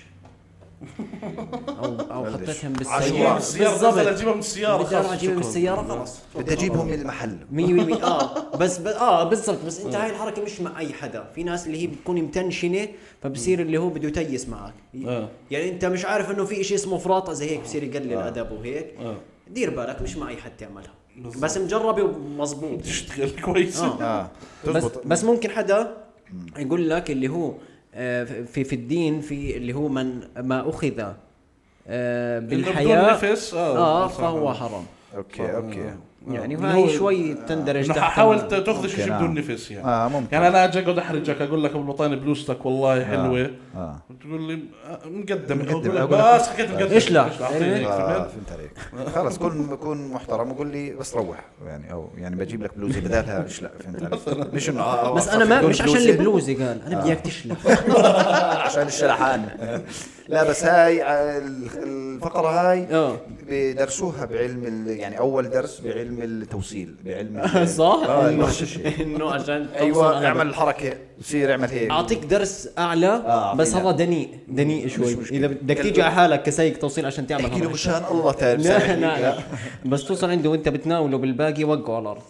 [SPEAKER 4] او او
[SPEAKER 3] بلش.
[SPEAKER 4] حطيتهم
[SPEAKER 2] عشوائي
[SPEAKER 4] بالسياره
[SPEAKER 2] السيارة بدي
[SPEAKER 4] بالضبط
[SPEAKER 2] أجيبها من السيارة
[SPEAKER 4] بدي أروح
[SPEAKER 2] خلص،
[SPEAKER 4] اجيبها من
[SPEAKER 2] شكراً.
[SPEAKER 4] السياره خلص
[SPEAKER 3] بدي اجيبهم من المحل
[SPEAKER 4] 100% اه بس ب... اه بالضبط بس انت هاي الحركه مش مع اي حدا في ناس اللي هي بتكون متنشنه فبصير اللي هو بده يتيس معك
[SPEAKER 2] آه.
[SPEAKER 4] يعني انت مش عارف انه في شيء اسمه فراطه زي هيك بصير يقلل ادبه وهيك
[SPEAKER 2] آه.
[SPEAKER 4] دير بالك مش مع اي حد تعملها بس مجربه ومظبوط
[SPEAKER 2] تشتغل كويس
[SPEAKER 4] اه
[SPEAKER 3] اه
[SPEAKER 4] بس
[SPEAKER 3] تزبط
[SPEAKER 4] بس ممكن حدا يقول لك اللي هو آه، في في الدين في اللي هو من ما اخذ آه،
[SPEAKER 2] بدون
[SPEAKER 4] بالحياه
[SPEAKER 2] نفس، آه،
[SPEAKER 4] اه
[SPEAKER 2] صح.
[SPEAKER 4] فهو حرام
[SPEAKER 2] آه.
[SPEAKER 3] اوكي اوكي
[SPEAKER 4] يعني
[SPEAKER 2] اللي هو-
[SPEAKER 4] هاي شوي تندرج
[SPEAKER 2] انه
[SPEAKER 4] تحت
[SPEAKER 2] حاول تاخذ
[SPEAKER 3] ممكن،
[SPEAKER 2] شيء
[SPEAKER 3] آه.
[SPEAKER 2] بدون نفس يعني
[SPEAKER 3] آه، ممكن. آه.
[SPEAKER 2] يعني انا اجي اقعد احرجك اقول لك ابو الوطين بلوستك والله حلوه
[SPEAKER 3] اه
[SPEAKER 2] تقول لي آه، مقدم اقول لك
[SPEAKER 3] أقول لك-
[SPEAKER 2] بس حكيت مقدم
[SPEAKER 4] إيش لا؟
[SPEAKER 2] أعطيني هيك،
[SPEAKER 3] آه،
[SPEAKER 2] فهمت؟
[SPEAKER 3] فهمت عليك خلص كن كن محترم وقول لي بس روح يعني او يعني بجيب لك بلوزه بدالها ايش لا فهمت عليك مش انه آه، آه،
[SPEAKER 4] بس
[SPEAKER 3] آه،
[SPEAKER 4] انا ما
[SPEAKER 3] بدون
[SPEAKER 4] مش عشان
[SPEAKER 3] بلوزة.
[SPEAKER 4] البلوزه قال انا بدي اياك تشلح
[SPEAKER 3] عشان الشلحان لا بس هاي آه، الفقره هاي
[SPEAKER 4] آه.
[SPEAKER 3] بدرسوها بعلم ال- يعني اول درس بعلم التوصيل بعلم ال-
[SPEAKER 4] صح؟ أيوة.
[SPEAKER 3] آه،
[SPEAKER 4] إنه-
[SPEAKER 3] الغشاشة.
[SPEAKER 4] انه عشان توصل
[SPEAKER 3] ايوه
[SPEAKER 4] على-
[SPEAKER 3] اعمل الحركه بصير اعمل هيك
[SPEAKER 4] اعطيك درس اعلى
[SPEAKER 3] آه،
[SPEAKER 4] بس
[SPEAKER 3] أعطينا.
[SPEAKER 4] هذا دنيء دنيء شوي
[SPEAKER 3] مشكلة.
[SPEAKER 4] اذا بدك تيجي على حالك كسايق توصيل عشان تعمل
[SPEAKER 3] احكي له
[SPEAKER 4] هذا
[SPEAKER 3] مشان الله تعال
[SPEAKER 4] لا
[SPEAKER 3] سامحني.
[SPEAKER 4] لا
[SPEAKER 3] لا.
[SPEAKER 4] لا بس توصل عنده وانت بتناوله بالباقي وقعه على الارض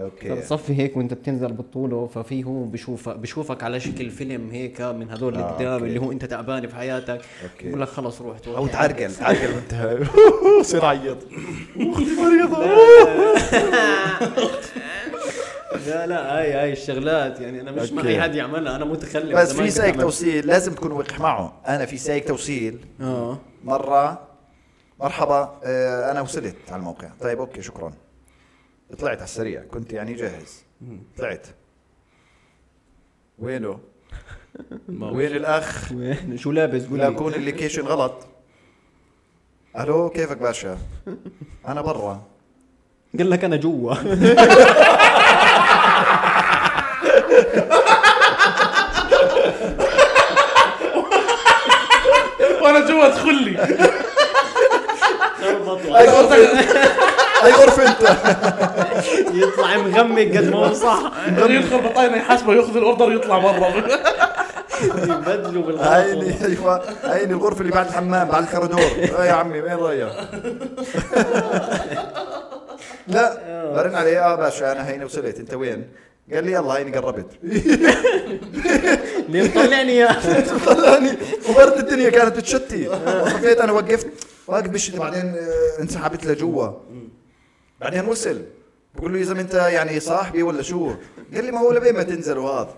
[SPEAKER 3] اوكي
[SPEAKER 4] بتصفي هيك وانت بتنزل بالطوله ففي هو بشوفك بشوفك على شكل فيلم هيك من هذول اللي
[SPEAKER 3] آه،
[SPEAKER 4] قدام
[SPEAKER 3] أوكي.
[SPEAKER 4] اللي هو انت تعبان بحياتك
[SPEAKER 3] أوكي.
[SPEAKER 4] بقول لك خلص روح توكل.
[SPEAKER 3] او تعرقل تعرقل وانت صير عيط
[SPEAKER 4] لا لا هاي هاي الشغلات يعني انا مش
[SPEAKER 3] أوكي.
[SPEAKER 4] معي حد يعملها انا متخلف
[SPEAKER 3] بس في
[SPEAKER 4] زمان كنت
[SPEAKER 3] سايق
[SPEAKER 4] أعمل-
[SPEAKER 3] توصيل لازم تكون وقح معه انا في سايق توصيل
[SPEAKER 4] اه
[SPEAKER 3] مره مرحبا آه، انا وصلت على الموقع طيب اوكي شكرا طلعت على السريع كنت يعني جاهز طلعت وينه وين الاخ
[SPEAKER 4] وين شو لابس قول
[SPEAKER 3] ولا
[SPEAKER 4] لي
[SPEAKER 3] يكون الليكيشن غلط الو كيفك باشا انا برا
[SPEAKER 4] قال لك انا جوا
[SPEAKER 2] وانا جوا ادخل لي
[SPEAKER 3] اي غرفه اي غرفه انت
[SPEAKER 4] يطلع مغمق قد ما هو صح
[SPEAKER 2] يدخل بطاينه يحاسبه ياخذ الاوردر يطلع برا
[SPEAKER 4] يبدلوا بالغلط
[SPEAKER 3] عيني ايوه عيني الغرفه اللي بعد الحمام بعد الكوريدور آه يا عمي وين رايح لا برن عليه اه باشا انا هيني وصلت انت وين قال لي يلا هيني قربت
[SPEAKER 4] ليه مطلعني اياه
[SPEAKER 3] طلعني وبرد الدنيا كانت تشتي وقفت انا وقفت واقف بشتي بعدين آه، انسحبت لجوا بعدين وصل بقول له يا زلمه انت يعني صاحبي ولا شو؟ قال لي ما هو لبين ما تنزل وهذا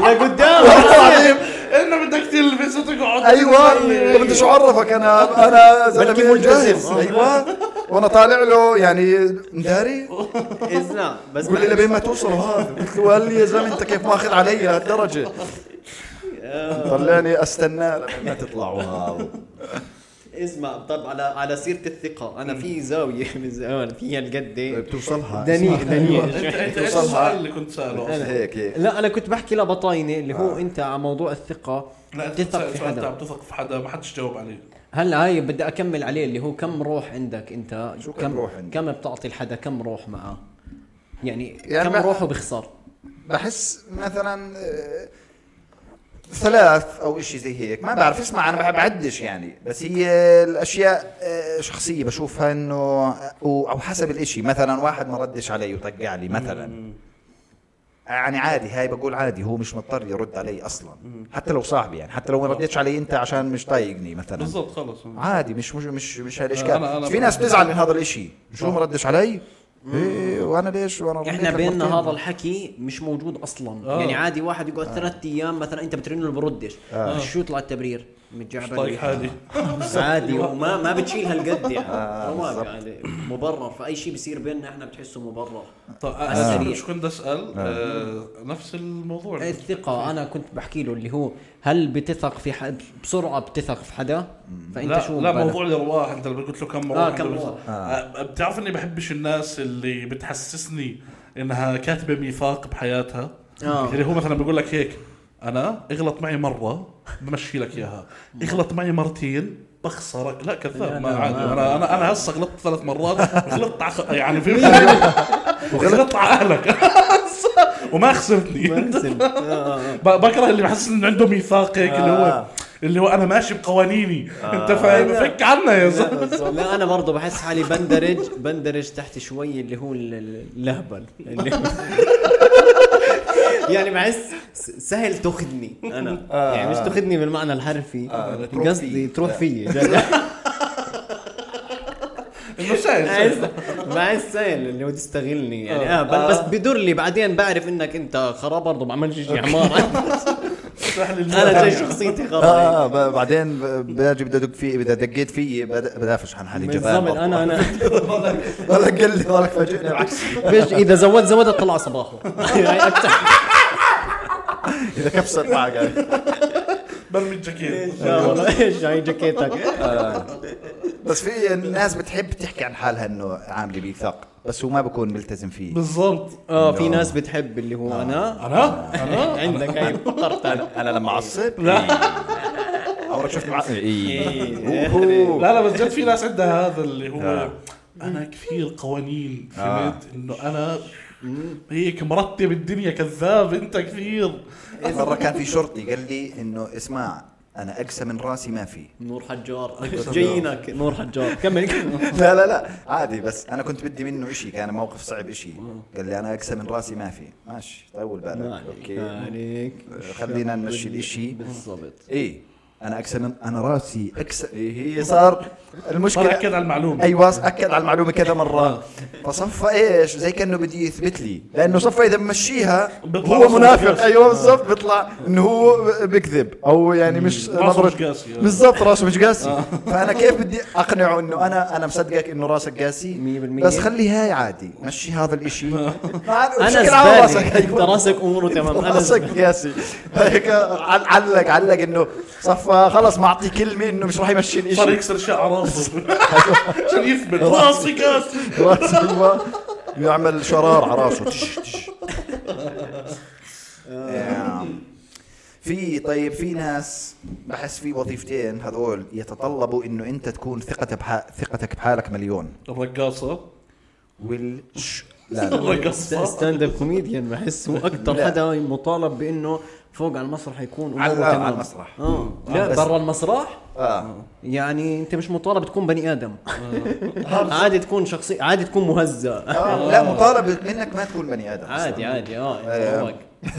[SPEAKER 4] لقدام
[SPEAKER 3] والله العظيم
[SPEAKER 2] انه بدك تلبس وتقعد
[SPEAKER 3] ايوه طب انت شو عرفك انا انا
[SPEAKER 4] بلكي
[SPEAKER 3] زلمه
[SPEAKER 4] ملتزم.
[SPEAKER 3] جاهز ايوه وانا طالع له يعني مداري
[SPEAKER 4] اسمع بس
[SPEAKER 3] بقول لي لبين ما توصل هذا قلت له قال لي يا زلمه انت كيف ماخذ علي هالدرجه طلعني استناه لما ما تطلعوا هذا
[SPEAKER 4] اسمع طب على على سيره الثقه انا في زاويه من زمان إيه؟ فيها
[SPEAKER 3] طيب.
[SPEAKER 4] القد
[SPEAKER 3] بتوصلها
[SPEAKER 4] دنيء دنيء
[SPEAKER 2] انت انت ايش
[SPEAKER 3] توصلها.
[SPEAKER 4] أيوة.
[SPEAKER 2] السؤال اللي كنت ساله أصلاً؟
[SPEAKER 3] هيك هيك
[SPEAKER 4] لا انا كنت بحكي لبطاينه اللي هو
[SPEAKER 3] آه.
[SPEAKER 4] انت على موضوع الثقه
[SPEAKER 2] لا انت
[SPEAKER 4] تثق في
[SPEAKER 2] سؤال انت عم
[SPEAKER 4] حدا
[SPEAKER 2] تثق في حدا ما حدش جاوب عليه
[SPEAKER 4] هلا هاي بدي اكمل عليه اللي هو كم روح عندك انت
[SPEAKER 3] شو كم
[SPEAKER 4] كم
[SPEAKER 3] روح عندك؟
[SPEAKER 4] كم بتعطي لحدا كم روح معه يعني
[SPEAKER 3] يعني
[SPEAKER 4] كم
[SPEAKER 3] ما-
[SPEAKER 4] روحه بيخسر
[SPEAKER 3] بحس مثلا آه، ثلاث او شيء زي هيك ما بعرف اسمع انا بحب عدش يعني بس هي الاشياء آه، شخصيه بشوفها انه او أو حسب الاشي مثلا واحد ما ردش علي وطقع لي مثلا يعني عادي هاي بقول عادي هو مش مضطر يرد علي اصلا حتى لو صاحبي يعني حتى لو ما ردتش علي انت عشان مش طايقني مثلا
[SPEAKER 2] بالضبط خلص
[SPEAKER 3] عادي مش مش مش, مش
[SPEAKER 2] أنا-
[SPEAKER 3] هالاشكال
[SPEAKER 2] أنا
[SPEAKER 3] في ناس بتزعل من هذا الاشي شو ما ردش علي إيه وانا ليش وانا رديت
[SPEAKER 4] احنا
[SPEAKER 3] لك
[SPEAKER 4] بيننا
[SPEAKER 3] مرتين.
[SPEAKER 4] هذا الحكي مش موجود اصلا
[SPEAKER 2] آه.
[SPEAKER 4] آه.
[SPEAKER 1] آه.
[SPEAKER 4] يعني عادي واحد يقعد ثلاث ايام مثلا انت بترن له بردش شو يطلع التبرير
[SPEAKER 2] مش
[SPEAKER 1] متجعبر
[SPEAKER 2] طايق حالي
[SPEAKER 1] عادي وما ما بتشيل هالقد يعني
[SPEAKER 3] آه،
[SPEAKER 1] رواد
[SPEAKER 3] بالضبط.
[SPEAKER 1] يعني مبرر فاي شيء بيصير بيننا احنا بتحسه مبرر
[SPEAKER 2] طيب
[SPEAKER 1] آه.
[SPEAKER 2] انا مش كنت اسال
[SPEAKER 4] نعم.
[SPEAKER 2] آه، نفس الموضوع
[SPEAKER 4] إيه، الثقة أنا كنت بحكي له اللي هو هل بتثق في حد بسرعة بتثق في حدا؟ فأنت
[SPEAKER 2] لا
[SPEAKER 4] شو
[SPEAKER 2] لا
[SPEAKER 4] بالك؟
[SPEAKER 2] موضوع الارواح انت لما قلت له كم مره
[SPEAKER 1] آه، كم مروحة.
[SPEAKER 2] بتعرف اني بحبش الناس اللي بتحسسني انها كاتبه ميثاق بحياتها
[SPEAKER 1] آه.
[SPEAKER 2] اللي هو مثلا بيقول لك هيك انا اغلط معي مره بمشي لك اياها اغلط معي مرتين بخسرك لا كذاب ما عادي انا انا انا هسه غلطت ثلاث مرات غلطت على خ- يعني في وغلطت على اهلك وما خسرتني ب- بكره اللي بحس انه عنده ميثاق هيك اللي هو اللي هو انا ماشي بقوانيني انت فاهم فك عنا يا زلمه
[SPEAKER 1] لا انا برضه بحس حالي بندرج بندرج تحت شوي اللي هو ال- ال- اللهبل اللي
[SPEAKER 4] يعني بحس س- سهل تاخذني انا
[SPEAKER 3] آه.
[SPEAKER 4] يعني مش تاخذني بالمعنى الحرفي
[SPEAKER 3] آه، تروح
[SPEAKER 4] قصدي
[SPEAKER 3] فيي.
[SPEAKER 4] تروح
[SPEAKER 3] آه.
[SPEAKER 4] فيي جد.
[SPEAKER 2] انه سهل
[SPEAKER 4] بحس
[SPEAKER 2] سهل.
[SPEAKER 4] بحس سهل اللي هو تستغلني
[SPEAKER 3] آه.
[SPEAKER 4] يعني اه بل- بس بدور لي بعدين بعرف انك انت خرا برضه ما عملتش شيء عمار
[SPEAKER 2] سهل
[SPEAKER 4] انا جاي
[SPEAKER 3] آه.
[SPEAKER 2] الجهل.
[SPEAKER 4] شخصيتي خرا
[SPEAKER 3] اه ب- بعدين ب- باجي بدي ادق فيه اذا دقيت فيه بد- بدافش عن حالي جبان
[SPEAKER 4] بالضبط انا انا
[SPEAKER 3] والله قال لي والله فاجئني بالعكس
[SPEAKER 4] فيش اذا زودت زودت طلع صباحه يعني أكتر.
[SPEAKER 3] اذا كبست معك
[SPEAKER 2] برمي الجاكيت
[SPEAKER 4] لا والله ايش هاي جاكيتك
[SPEAKER 3] بس في ناس بتحب تحكي عن حالها انه عامله ميثاق بس هو ما بكون ملتزم فيه
[SPEAKER 2] بالضبط
[SPEAKER 4] اه
[SPEAKER 3] نعم.
[SPEAKER 4] في ناس بتحب اللي هو
[SPEAKER 3] آه.
[SPEAKER 4] انا
[SPEAKER 2] انا انا
[SPEAKER 4] عندك أيوة. هاي فقرت انا
[SPEAKER 3] انا لما عصب اول شفت مع إيه.
[SPEAKER 2] لا لا بس جد في ناس عندها هذا اللي هو انا كثير قوانين فهمت انه انا هيك مرتب الدنيا كذاب انت كثير
[SPEAKER 3] مره كان في شرطي قال لي انه اسمع انا اقسى من راسي ما في
[SPEAKER 1] نور حجار
[SPEAKER 4] جايينك نور حجار كمل كمل.
[SPEAKER 3] لا لا لا عادي بس انا كنت بدي منه شيء كان موقف صعب شيء قال لي انا اقسى من راسي ما في ماشي طول بالك اوكي
[SPEAKER 4] عليك
[SPEAKER 3] خلينا نمشي الاشي
[SPEAKER 4] بالضبط
[SPEAKER 3] ايه انا اكسى من انا راسي اكسى إيه هي صار
[SPEAKER 2] صار اكد
[SPEAKER 3] المشكله
[SPEAKER 2] على المعلومه
[SPEAKER 3] ايوه اكد على المعلومه كذا
[SPEAKER 2] آه.
[SPEAKER 3] مره فصفى ايش زي كانه بده يثبت لي لانه صفى اذا مشيها
[SPEAKER 2] بيطلع
[SPEAKER 3] هو
[SPEAKER 2] راسه مش
[SPEAKER 3] منافق
[SPEAKER 2] قاسي. آه.
[SPEAKER 3] ايوه بالضبط بيطلع انه هو بكذب او يعني مش
[SPEAKER 2] راسه مش
[SPEAKER 3] نظره
[SPEAKER 2] قاسي آه.
[SPEAKER 3] بالضبط راسه مش قاسي فانا كيف بدي اقنعه انه انا انا مصدقك انه راسك قاسي
[SPEAKER 4] مية بالمية.
[SPEAKER 3] بس خلي هاي عادي مشي هذا الاشي
[SPEAKER 2] آه.
[SPEAKER 4] انا
[SPEAKER 3] بشكل عام
[SPEAKER 4] زبالة انت
[SPEAKER 3] أيوة.
[SPEAKER 4] راسك اموره تمام انا زبالة.
[SPEAKER 3] راسك قاسي هيك عل- علق علق انه صفى خلص معطي كلمه انه مش راح يمشي
[SPEAKER 2] صار
[SPEAKER 3] الاشي
[SPEAKER 2] يكسر شعر راسه عشان يثبت راسي قاسي
[SPEAKER 3] خلاص هو يعمل شرار على راسه تش تش آم. في طيب في ناس بحس في وظيفتين هذول يتطلبوا انه انت تكون ثقتك بح... ثقتك بحالك مليون
[SPEAKER 2] الرقاصه
[SPEAKER 3] وال ش- لا لا
[SPEAKER 2] الرقاصه
[SPEAKER 4] ستاند اب كوميديان بحسه اكثر حدا مطالب بانه فوق على المسرح يكون
[SPEAKER 3] على-
[SPEAKER 4] أموره
[SPEAKER 3] آه،
[SPEAKER 4] تمام.
[SPEAKER 3] على المسرح.
[SPEAKER 4] اه لا
[SPEAKER 3] بس-
[SPEAKER 4] برا المسرح
[SPEAKER 3] اه
[SPEAKER 4] يعني انت مش مطالب تكون بني ادم عادي تكون شخصي عادي تكون مهزأ
[SPEAKER 3] آه، لا مطالب منك ما تكون بني ادم
[SPEAKER 4] عادي عادي اه
[SPEAKER 3] آه.
[SPEAKER 4] فوق.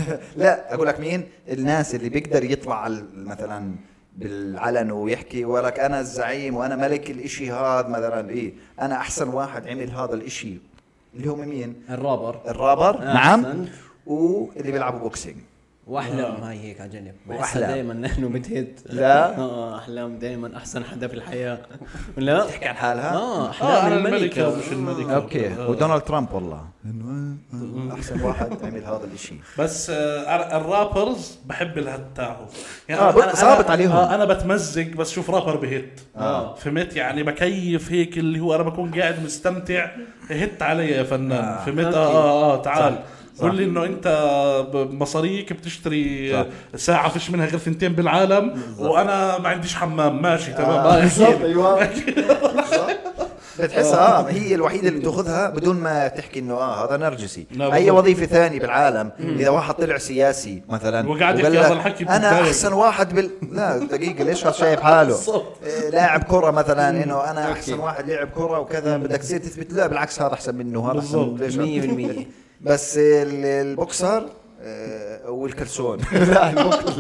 [SPEAKER 3] لا اقول لك مين الناس اللي بيقدر يطلع على مثلا بالعلن ويحكي ولك انا الزعيم وانا ملك الاشي هذا مثلا ايه انا احسن واحد عمل هذا الاشي اللي هم مين
[SPEAKER 4] الرابر
[SPEAKER 3] الرابر
[SPEAKER 4] آه،
[SPEAKER 3] نعم
[SPEAKER 4] أحسنت.
[SPEAKER 3] واللي بيلعبوا بوكسينج
[SPEAKER 4] واحلام هاي هيك على جنب
[SPEAKER 3] وأحلام.
[SPEAKER 4] بحسها دائما نحن بتهت
[SPEAKER 3] لا.
[SPEAKER 2] آه،
[SPEAKER 4] اه احلام دائما احسن حدا في الحياه لا
[SPEAKER 3] تحكي عن حالها
[SPEAKER 4] اه
[SPEAKER 2] اه
[SPEAKER 4] احلام
[SPEAKER 2] انا
[SPEAKER 4] الملكه
[SPEAKER 2] الملكه مش الملكه
[SPEAKER 3] اوكي ودونالد ترامب والله إنه أنا احسن واحد عمل هذا الاشي
[SPEAKER 2] بس آه الرابرز بحب الهت تاعهم يعني
[SPEAKER 3] آه،
[SPEAKER 2] أنا-
[SPEAKER 3] بقى صابت
[SPEAKER 2] أنا-
[SPEAKER 3] عليهم.
[SPEAKER 2] آه انا بتمزق بس شوف رابر بهت آه. فهمت يعني بكيف هيك اللي هو انا بكون قاعد مستمتع هت علي يا فنان آه. فهمت آه, اه اه تعال قول لي انه انت بمصاريك بتشتري ساعه فيش منها غير ثنتين بالعالم وانا ما عنديش حمام ماشي تمام آه.
[SPEAKER 3] بالضبط ايوه بتحسها اه هي الوحيده اللي بتاخذها بدون ما تحكي انه اه هذا نرجسي
[SPEAKER 2] لا،
[SPEAKER 3] اي
[SPEAKER 2] بالضبط.
[SPEAKER 3] وظيفه ثانيه بالعالم اذا واحد طلع سياسي مثلا
[SPEAKER 2] وقاعد يحكي
[SPEAKER 3] وقال
[SPEAKER 2] هذا
[SPEAKER 3] لك
[SPEAKER 2] الحكي
[SPEAKER 3] انا
[SPEAKER 2] بتضايق.
[SPEAKER 3] احسن واحد بال لا دقيقه ليش هذا شايف حاله
[SPEAKER 2] بالضبط.
[SPEAKER 3] آه، لاعب كره مثلا انه انا احسن واحد لعب كره وكذا بدك تصير تثبت لا بالعكس هذا احسن منه هذا احسن
[SPEAKER 2] بالضبط.
[SPEAKER 3] ليش
[SPEAKER 4] 100%
[SPEAKER 3] بس ال- البوكسر آه، والكلسون لا البوك-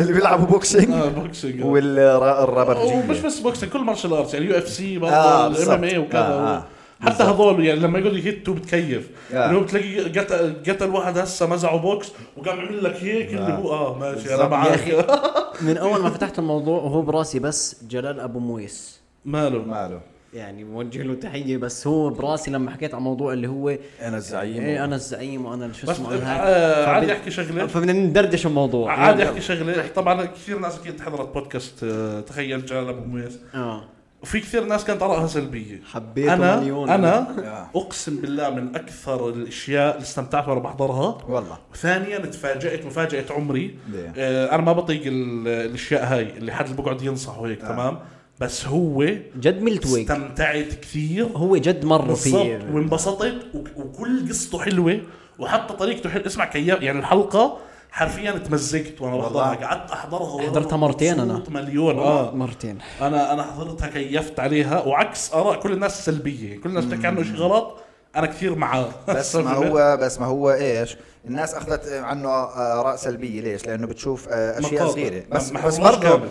[SPEAKER 3] اللي بيلعبوا بوكسينج
[SPEAKER 2] آه بوكسينج آه.
[SPEAKER 3] والرابر
[SPEAKER 2] ومش بس بوكسينج كل مارشال ارتس يعني يو اف سي برضه
[SPEAKER 3] آه،
[SPEAKER 2] الام
[SPEAKER 3] بالضبط.
[SPEAKER 2] ام اي وكذا
[SPEAKER 3] آه،
[SPEAKER 2] آه
[SPEAKER 3] آه.
[SPEAKER 2] حتى هذول يعني لما يقول لي هيتو بتكيف
[SPEAKER 3] آه.
[SPEAKER 2] اللي هو بتلاقي قتل قتل واحد هسه مزعه بوكس وقام عمل لك هيك اللي هو اه ماشي انا
[SPEAKER 3] بالضبط، يا
[SPEAKER 2] معك
[SPEAKER 4] من اول ما فتحت الموضوع وهو براسي بس جلال ابو مويس
[SPEAKER 2] ماله
[SPEAKER 3] ماله
[SPEAKER 4] يعني بوجه له تحيه بس هو براسي لما حكيت عن موضوع اللي هو
[SPEAKER 5] انا الزعيم
[SPEAKER 2] إيه،
[SPEAKER 4] ايه انا الزعيم وانا شو
[SPEAKER 2] بس
[SPEAKER 4] اسمه أنا هاي.
[SPEAKER 2] آه،
[SPEAKER 4] فبد-
[SPEAKER 2] عادي احكي شغله
[SPEAKER 4] فبدنا ندردش الموضوع
[SPEAKER 2] عادي احكي شغله طبعا كثير ناس اكيد حضرت بودكاست آه، تخيل جلال ابو مميز
[SPEAKER 4] اه
[SPEAKER 2] وفي كثير ناس كانت ارائها سلبيه
[SPEAKER 4] حبيته
[SPEAKER 2] انا
[SPEAKER 4] مليون
[SPEAKER 2] انا اقسم بالله من اكثر الاشياء اللي استمتعت وانا بحضرها
[SPEAKER 3] والله
[SPEAKER 2] ثانيا تفاجأت مفاجأة عمري
[SPEAKER 3] ليه؟
[SPEAKER 2] آه انا ما بطيق ال- الاشياء هاي اللي حد اللي بقعد ينصح
[SPEAKER 3] آه.
[SPEAKER 2] وهيك تمام بس هو
[SPEAKER 4] جد ملتويك
[SPEAKER 2] استمتعت كثير
[SPEAKER 4] هو جد مر
[SPEAKER 2] بالضبط
[SPEAKER 4] في
[SPEAKER 2] وانبسطت وك- وكل قصته حلوه وحتى طريقته حلوه اسمع كيا يعني الحلقه حرفيا تمزقت وانا بحضرها
[SPEAKER 3] والله.
[SPEAKER 2] قعدت احضرها وأنا
[SPEAKER 4] حضرتها مرتين أنا.
[SPEAKER 2] مبسوط مليون اه
[SPEAKER 4] آه، مرتين
[SPEAKER 2] انا انا حضرتها كيفت عليها وعكس اراء كل الناس السلبيه كل الناس بتحكي عنه شيء غلط انا كثير معاه
[SPEAKER 3] بس ما هو بس ما هو ايش الناس اخذت عنه اراء سلبيه ليش لانه بتشوف آه، اشياء
[SPEAKER 2] مقاطع.
[SPEAKER 3] صغيره
[SPEAKER 2] ما-
[SPEAKER 3] بس
[SPEAKER 2] ما
[SPEAKER 3] بس
[SPEAKER 2] حضروش
[SPEAKER 3] برضه
[SPEAKER 2] كامل.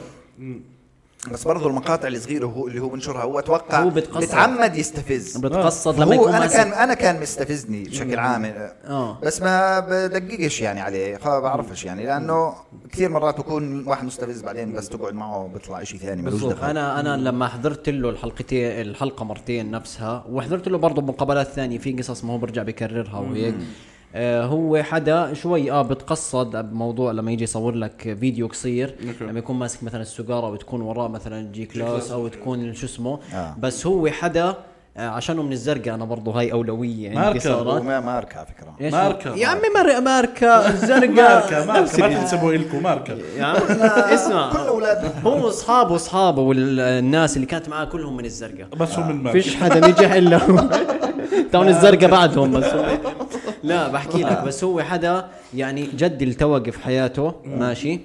[SPEAKER 3] بس برضه المقاطع الصغيره هو اللي هو بنشرها هو اتوقع
[SPEAKER 4] هو بتقصد.
[SPEAKER 3] بتعمد يستفز
[SPEAKER 4] بتقصد لما
[SPEAKER 3] هو
[SPEAKER 4] يكون
[SPEAKER 3] انا كان
[SPEAKER 4] ماسك
[SPEAKER 3] انا كان مستفزني بشكل عام
[SPEAKER 4] آه.
[SPEAKER 3] بس ما بدققش يعني عليه خ- بعرفش يعني لانه كثير مرات بكون واحد مستفز بعدين بس تقعد معه بيطلع شيء ثاني ملوش
[SPEAKER 4] بالضبط
[SPEAKER 3] دخل
[SPEAKER 4] انا انا لما حضرت له الحلقتين الحلقه مرتين نفسها وحضرت له برضه مقابلات ثانيه في قصص ما هو برجع بكررها وهيك آه هو حدا شوي اه بتقصد بموضوع لما يجي يصور لك فيديو قصير لما يكون ماسك مثلا السجاره وتكون وراه مثلا جي كلاس او تكون شو اسمه
[SPEAKER 3] آه.
[SPEAKER 4] بس هو حدا آه عشانه من الزرقاء انا برضه هاي اولويه عندي
[SPEAKER 2] ماركة.
[SPEAKER 4] صارت
[SPEAKER 3] وما ماركة على فكره
[SPEAKER 4] إيش؟
[SPEAKER 2] ماركة.
[SPEAKER 4] يا عمي مار- ماركه الزرقاء
[SPEAKER 2] ماركه
[SPEAKER 4] نفس
[SPEAKER 2] ماركه ما
[SPEAKER 4] الإشي.
[SPEAKER 2] تنسبوا الكم ماركه
[SPEAKER 4] يا عم اسمع
[SPEAKER 3] كل اولادنا
[SPEAKER 4] هو اصحابه اصحابه والناس اللي كانت معاه كلهم من الزرقاء
[SPEAKER 2] بس هو من ماركه
[SPEAKER 4] آه، فيش حدا نجح الا هو تاون الزرقاء بعدهم بس هو لا بحكي لك بس هو حدا يعني جد التوق في حياته ماشي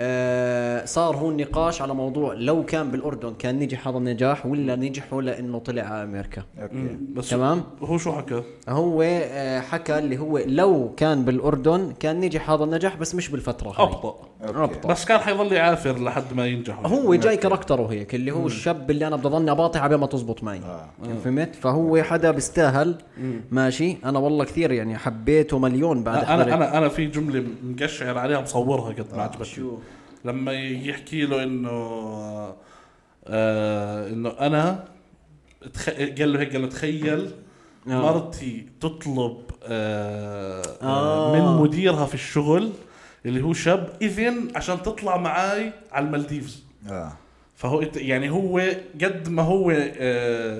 [SPEAKER 4] آه صار هو النقاش على موضوع لو كان بالاردن كان نجح هذا النجاح ولا نجح ولا انه طلع على امريكا
[SPEAKER 3] اوكي
[SPEAKER 2] بس
[SPEAKER 4] تمام.
[SPEAKER 2] هو شو حكى؟
[SPEAKER 4] هو آه حكى اللي هو لو كان بالاردن كان نجح هذا النجاح بس مش بالفتره هاي
[SPEAKER 2] ابطا
[SPEAKER 3] أوكي.
[SPEAKER 2] بس كان حيظل يعافر لحد ما ينجح
[SPEAKER 4] هو جاي كاركتره هيك اللي هو الشاب اللي انا بدي اضلني اباطي عبين ما تزبط معي
[SPEAKER 3] آه.
[SPEAKER 4] فهمت فهو حدا بيستاهل ماشي انا والله كثير يعني حبيته مليون بعد
[SPEAKER 2] انا
[SPEAKER 4] حضرت.
[SPEAKER 2] انا انا في جمله مقشعر عليها مصورها قد ما عجبتني
[SPEAKER 4] شو؟
[SPEAKER 2] لما يحكي له انه آه انه انا تخ... قال له هيك قال له تخيل
[SPEAKER 4] آه.
[SPEAKER 2] مرتي تطلب آه آه.
[SPEAKER 4] آه.
[SPEAKER 2] من مديرها في الشغل اللي هو شاب اذن عشان تطلع معاي على المالديفز
[SPEAKER 3] اه
[SPEAKER 2] فهو إت- يعني هو قد ما هو آه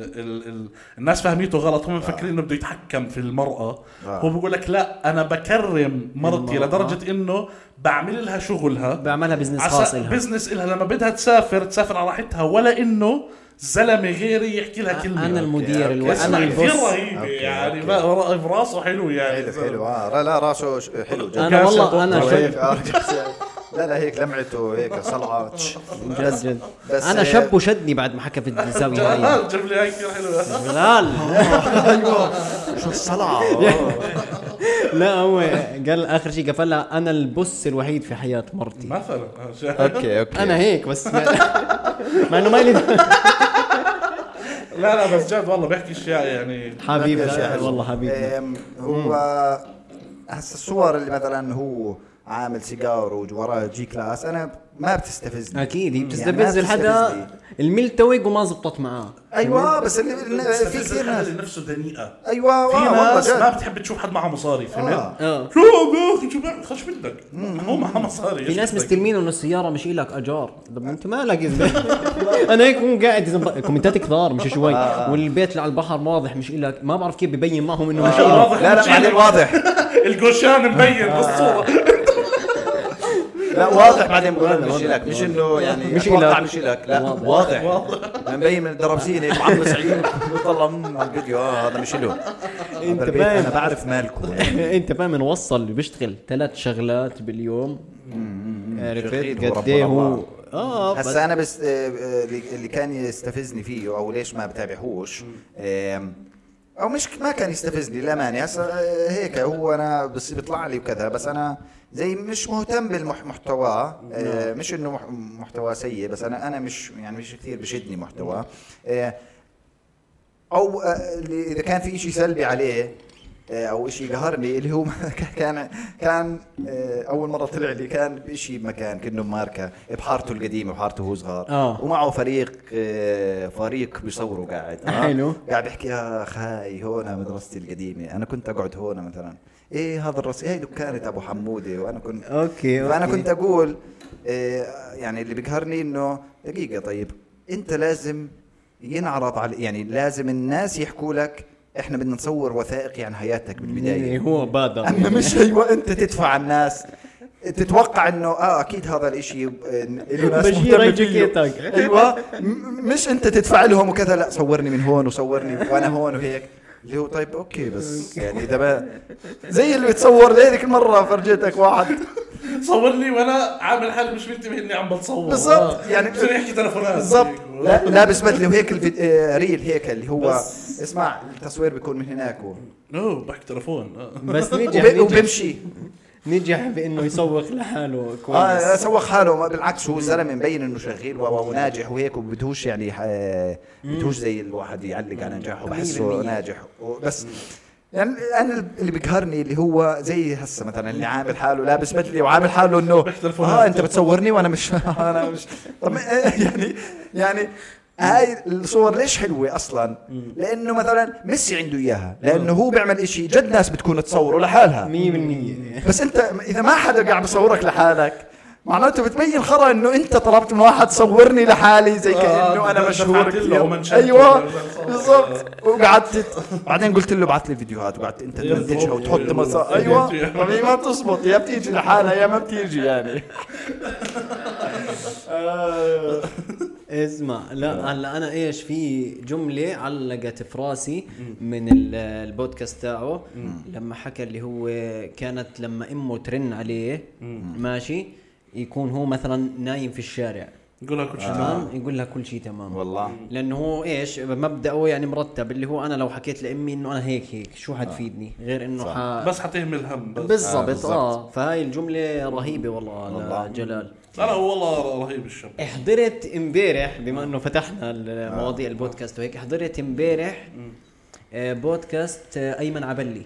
[SPEAKER 2] ال ال الناس فهميته غلط هم مفكرين انه بده يتحكم في المراه
[SPEAKER 3] آه.
[SPEAKER 2] هو بيقول لك لا انا بكرم مرتي
[SPEAKER 4] المرأة.
[SPEAKER 2] لدرجه انه بعمل لها شغلها
[SPEAKER 4] بعملها بزنس خاص
[SPEAKER 2] عسى
[SPEAKER 4] لها
[SPEAKER 2] بزنس إلها لما بدها تسافر تسافر على راحتها ولا انه زلمه غيري يحكي لها كلمه
[SPEAKER 4] انا المدير
[SPEAKER 3] أوكي.
[SPEAKER 4] الو...
[SPEAKER 2] اسمع،
[SPEAKER 4] انا
[SPEAKER 2] كثير
[SPEAKER 4] البوس
[SPEAKER 2] رهيبه
[SPEAKER 3] أوكي،
[SPEAKER 2] يعني
[SPEAKER 3] أوكي.
[SPEAKER 2] ما- را- في راسه حلو يعني
[SPEAKER 3] حلو حلو اه لا راسه ش- حلو جد
[SPEAKER 4] انا والله انا
[SPEAKER 2] كاسة
[SPEAKER 4] شب
[SPEAKER 3] هيك، آه، لا لا هيك لمعته هيك صلعه تش.
[SPEAKER 4] جد جد
[SPEAKER 3] بس-
[SPEAKER 4] انا شب وشدني بعد ما حكى في الزاويه هاي
[SPEAKER 2] جاب آه، لي هاي كثير حلوه
[SPEAKER 4] جلال
[SPEAKER 3] شو الصلعه
[SPEAKER 4] لا هو قال اخر شيء قفل لها انا البس الوحيد في حياه مرتي
[SPEAKER 2] مثلا آه، شا-
[SPEAKER 3] اوكي اوكي
[SPEAKER 4] انا هيك بس مع انه ما لي
[SPEAKER 2] لا لا بس جد والله بيحكي اشياء يعني
[SPEAKER 4] حبيبي
[SPEAKER 3] أشياء حلوة.
[SPEAKER 4] والله حبيبي
[SPEAKER 3] أم، هو هسه الصور اللي مثلا هو عامل سيجار ووراه جي كلاس انا ما بتستفزني
[SPEAKER 4] اكيد هي بتستفز
[SPEAKER 3] يعني ما
[SPEAKER 4] الحدا
[SPEAKER 3] بتستفزني.
[SPEAKER 4] الملتوج وما زبطت معاه
[SPEAKER 3] ايوه بس اللي اللي- في كثير
[SPEAKER 2] الحل
[SPEAKER 3] ناس
[SPEAKER 2] اللي نفسه دنيئه
[SPEAKER 3] ايوه آه،
[SPEAKER 2] في
[SPEAKER 3] والله
[SPEAKER 2] ناس
[SPEAKER 3] جد.
[SPEAKER 2] ما بتحب تشوف حد معه مصاري
[SPEAKER 3] آه.
[SPEAKER 2] فهمت؟
[SPEAKER 4] اه
[SPEAKER 2] شو يا اخي شو بيعمل خش بدك هو معه مصاري
[SPEAKER 4] في
[SPEAKER 2] إيش
[SPEAKER 4] ناس
[SPEAKER 2] بدك؟
[SPEAKER 4] مستلمين انه السياره مش إلك اجار طب انت مالك يا زلمة؟ انا هيك هون قاعد يا زلمة، كومنتات كثار مش
[SPEAKER 3] آه،
[SPEAKER 4] شوي والبيت اللي على البحر واضح مش إلك ما بعرف كيف ببين معهم
[SPEAKER 3] آه،
[SPEAKER 4] انه مش إلك
[SPEAKER 2] واضح
[SPEAKER 3] لا لا
[SPEAKER 2] مش
[SPEAKER 3] بعدين
[SPEAKER 2] عارف.
[SPEAKER 3] واضح
[SPEAKER 2] القوشان
[SPEAKER 4] آه.
[SPEAKER 2] مبين بالصوره
[SPEAKER 3] لا واضح بعدين بقول مش لك مش انه يعني
[SPEAKER 4] مش
[SPEAKER 3] أتوقع
[SPEAKER 4] إلك.
[SPEAKER 3] مش لك لا
[SPEAKER 4] واضح.
[SPEAKER 3] واضح مبين من الدرابزين هيك معمس عيون بيطلع أمم على الفيديو اه هذا مش له
[SPEAKER 4] أنت
[SPEAKER 3] هذا البيت
[SPEAKER 4] باين.
[SPEAKER 3] انا بعرف مالكم
[SPEAKER 4] انت فاهم انه وصل بيشتغل ثلاث شغلات باليوم عرفت
[SPEAKER 3] شغيل هو
[SPEAKER 4] قد ايه
[SPEAKER 3] ربنا
[SPEAKER 4] هو
[SPEAKER 3] الله.
[SPEAKER 4] اه بس
[SPEAKER 3] هسا انا بس آه، آه، اللي اللي كان يستفزني فيه او ليش ما بتابعهوش آم، او مش ما كان يستفزني للامانه هسا آه، هيك هو انا بس بيطلع لي وكذا بس انا زي مش مهتم بالمحتوى مش انه مح- آه، محتوى سيء بس انا انا مش يعني مش كثير بشدني محتوى آه، او آه، اللي اذا كان في شيء سلبي عليه آه، او شيء قهرني اللي هو كان كان آه، اول مره طلع لي كان بشيء بمكان كانه بماركه بحارته القديمه بحارته هو صغار
[SPEAKER 4] آه.
[SPEAKER 3] ومعه فريق آه، فريق بيصوروا قاعد آه.
[SPEAKER 4] حلو.
[SPEAKER 3] قاعد بحكي يا خاي هون مدرستي القديمه انا كنت اقعد هون مثلا ايه هذا الرصيف هي دكانة ابو حموده وانا كنت
[SPEAKER 4] أوكي،
[SPEAKER 3] فانا
[SPEAKER 4] أوكي.
[SPEAKER 3] كنت اقول إيه، يعني اللي بيقهرني انه دقيقه طيب انت لازم ينعرض على يعني لازم الناس يحكوا لك احنا بدنا نصور وثائقي عن حياتك
[SPEAKER 4] يعني
[SPEAKER 3] بالبدايه
[SPEAKER 4] هو بادر
[SPEAKER 3] اما مش ايوه انت تدفع على الناس تتوقع انه اه اكيد هذا الاشي آه، له ناس
[SPEAKER 4] بشير
[SPEAKER 3] مهتمة فيه.
[SPEAKER 4] يجيكيتك
[SPEAKER 3] ايوه م- مش انت تدفع لهم وكذا لا صورني من هون وصورني وانا هون وهيك اللي هو طيب اوكي بس يعني اذا ما- زي اللي بتصور زي ذيك المره فرجيتك واحد
[SPEAKER 2] صورني وانا عامل حالي مش منتبه اني عم بتصور آه.
[SPEAKER 3] بالضبط، يعني-
[SPEAKER 2] بصير يحكي تلفونات
[SPEAKER 3] بالضبط
[SPEAKER 2] هيك.
[SPEAKER 3] لا- لابس بدله وهيك الفيد- آه، ريل هيك اللي هو اسمع التصوير بيكون من هناك و-
[SPEAKER 2] نو بحكي تلفون آه.
[SPEAKER 4] بس نجح
[SPEAKER 3] وب-
[SPEAKER 4] نجح
[SPEAKER 3] وبمشي
[SPEAKER 4] نجح بانه يسوق لحاله
[SPEAKER 3] اه
[SPEAKER 4] كويس
[SPEAKER 3] سوق حاله ما- بالعكس هو زلمه مبين انه شغيل و- وناجح وهيك وبدهوش يعني آه، بدهوش زي الواحد يعلق على نجاحه بحسه ناجح و- بس يعني انا اللي بقهرني اللي هو زي هسه مثلا اللي عامل حاله لابس بدله وعامل حاله انه اه انت بتصورني وانا مش انا مش طب آه، يعني يعني هاي الصور ليش حلوه اصلا؟ لانه مثلا ميسي عنده اياها لانه هو بيعمل إشي جد ناس بتكون تصوره لحالها
[SPEAKER 4] 100%
[SPEAKER 3] بس انت اذا ما حدا قاعد بصورك لحالك معناته بتبين خرا انه انت طلبت من واحد صورني لحالي زي كانه
[SPEAKER 2] آه،
[SPEAKER 3] انا
[SPEAKER 2] دفعت
[SPEAKER 3] مشهور
[SPEAKER 2] له آه.
[SPEAKER 3] كثير.
[SPEAKER 2] ومنشنته.
[SPEAKER 3] ايوه بالضبط وقعدت بعدين قلت له بعث لي فيديوهات وقعدت انت تمنتجها وتحط مصا ايوه طب هي ما بتزبط يا بتيجي لحالها يا ما بتيجي يعني
[SPEAKER 2] آه.
[SPEAKER 4] اسمع لا هلا انا ايش في جمله علقت في راسي من ال- البودكاست تاعه لما حكى اللي هو كانت لما امه ترن عليه ماشي يكون هو مثلا نايم في الشارع
[SPEAKER 2] نقولها
[SPEAKER 4] آه.
[SPEAKER 2] كل شيء
[SPEAKER 4] تمام يقول لها كل شيء تمام
[SPEAKER 3] والله
[SPEAKER 4] لانه هو ايش مبداه يعني مرتب اللي هو انا لو حكيت لامي انه انا هيك هيك شو حتفيدني غير انه
[SPEAKER 3] صح.
[SPEAKER 4] ح...
[SPEAKER 2] بس حتهمل هم بس
[SPEAKER 4] آه. بالضبط اه فهاي الجمله رهيبه والله, والله. جلال
[SPEAKER 2] انا والله رهيب الشاب
[SPEAKER 4] حضرت امبارح
[SPEAKER 2] آه.
[SPEAKER 4] بما انه فتحنا المواضيع البودكاست وهيك حضرت امبارح آه، بودكاست آه، ايمن عبلي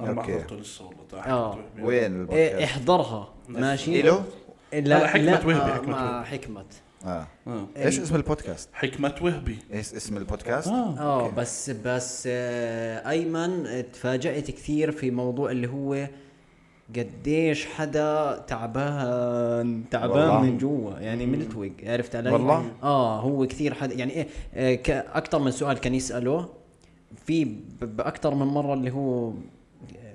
[SPEAKER 2] انا ما
[SPEAKER 3] أوكي.
[SPEAKER 2] حضرته لسه والله تعال
[SPEAKER 4] آه.
[SPEAKER 2] حكمة وهبي.
[SPEAKER 3] وين
[SPEAKER 4] آه،
[SPEAKER 3] البودكاست؟
[SPEAKER 4] احضرها ماشي
[SPEAKER 3] إله؟
[SPEAKER 4] لا
[SPEAKER 2] لا، نعم. حكمة
[SPEAKER 4] لا،
[SPEAKER 2] وهبي،
[SPEAKER 4] آه،
[SPEAKER 2] حكمة
[SPEAKER 4] مع
[SPEAKER 2] وهبي.
[SPEAKER 4] حكمة
[SPEAKER 3] اه
[SPEAKER 2] آه.
[SPEAKER 3] ايش اسم البودكاست؟
[SPEAKER 2] حكمة وهبي
[SPEAKER 3] ايش اسم البودكاست؟
[SPEAKER 2] آه.
[SPEAKER 4] اه بس بس آه، ايمن تفاجأت كثير في موضوع اللي هو قديش حدا تعبان
[SPEAKER 3] والله.
[SPEAKER 4] تعبان من جوا يعني ملتوج عرفت علي؟
[SPEAKER 3] والله.
[SPEAKER 4] اه هو كثير حدا يعني ايه آه، ك- اكثر من سؤال كان يساله في باكثر من مره اللي هو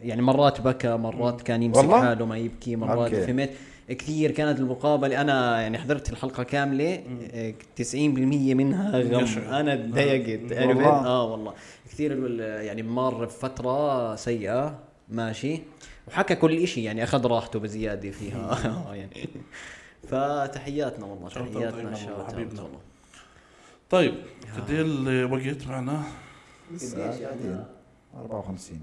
[SPEAKER 4] يعني مرات بكى مرات كان يمسك
[SPEAKER 3] والله؟
[SPEAKER 4] حاله ما يبكي مرات
[SPEAKER 3] أوكي.
[SPEAKER 4] فهمت كثير كانت المقابله انا يعني حضرت الحلقه كامله آه، 90% منها غم
[SPEAKER 2] قشعر.
[SPEAKER 4] انا تضايقت
[SPEAKER 3] والله.
[SPEAKER 4] عرفت اه والله كثير ال- يعني مار بفتره سيئه ماشي وحكى كل شيء يعني اخذ راحته بزياده فيها يعني فتحياتنا والله
[SPEAKER 2] شوت أوت
[SPEAKER 4] تحياتنا
[SPEAKER 2] أيمن
[SPEAKER 4] شوت
[SPEAKER 2] والله،
[SPEAKER 4] أوت
[SPEAKER 2] حبيبنا.
[SPEAKER 4] والله.
[SPEAKER 2] طيب قد ايه الوقت معنا؟
[SPEAKER 3] آه، يعني. 54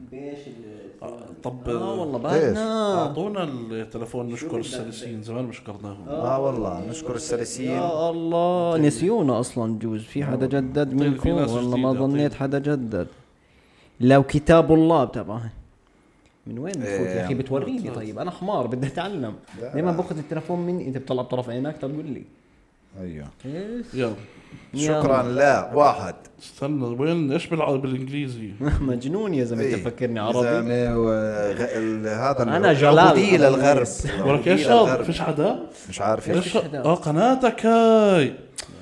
[SPEAKER 2] آه، طب آه،
[SPEAKER 4] اه والله
[SPEAKER 3] ليش؟
[SPEAKER 4] بعدنا
[SPEAKER 2] اعطونا التلفون نشكر السلسين زمان ما شكرناهم
[SPEAKER 4] آه،
[SPEAKER 3] اه والله نشكر السلسين
[SPEAKER 4] يا الله نسيونا اصلا جوز في حدا جدد
[SPEAKER 2] طيب، في
[SPEAKER 4] منكم
[SPEAKER 2] ناس
[SPEAKER 4] والله ما
[SPEAKER 2] جديدة،
[SPEAKER 4] ظنيت
[SPEAKER 2] طيب.
[SPEAKER 4] حدا جدد لو كتاب الله تبعه من وين بتفوت يا اخي
[SPEAKER 3] إيه.
[SPEAKER 4] بتوريني طيب انا حمار بدي اتعلم
[SPEAKER 3] لا،
[SPEAKER 4] دائما
[SPEAKER 3] لا.
[SPEAKER 4] باخذ التليفون مني انت بتطلع بطرف عينك طب قول لي
[SPEAKER 3] ايوه
[SPEAKER 2] يلا
[SPEAKER 3] شكرا لا واحد
[SPEAKER 2] استنى وين ايش بالع- بالانجليزي؟
[SPEAKER 3] يعني
[SPEAKER 4] مجنون يا زلمه
[SPEAKER 3] إيه.
[SPEAKER 4] انت فكرني عربي
[SPEAKER 3] زلمة وغ... ال- هذا ال-
[SPEAKER 4] أنا جلال.
[SPEAKER 3] عبودية للغرب
[SPEAKER 2] ولك ايش
[SPEAKER 3] عبودية
[SPEAKER 2] هذا؟ آه، فيش حدا؟
[SPEAKER 3] مش عارف ايش
[SPEAKER 2] ايش اه قناتك هاي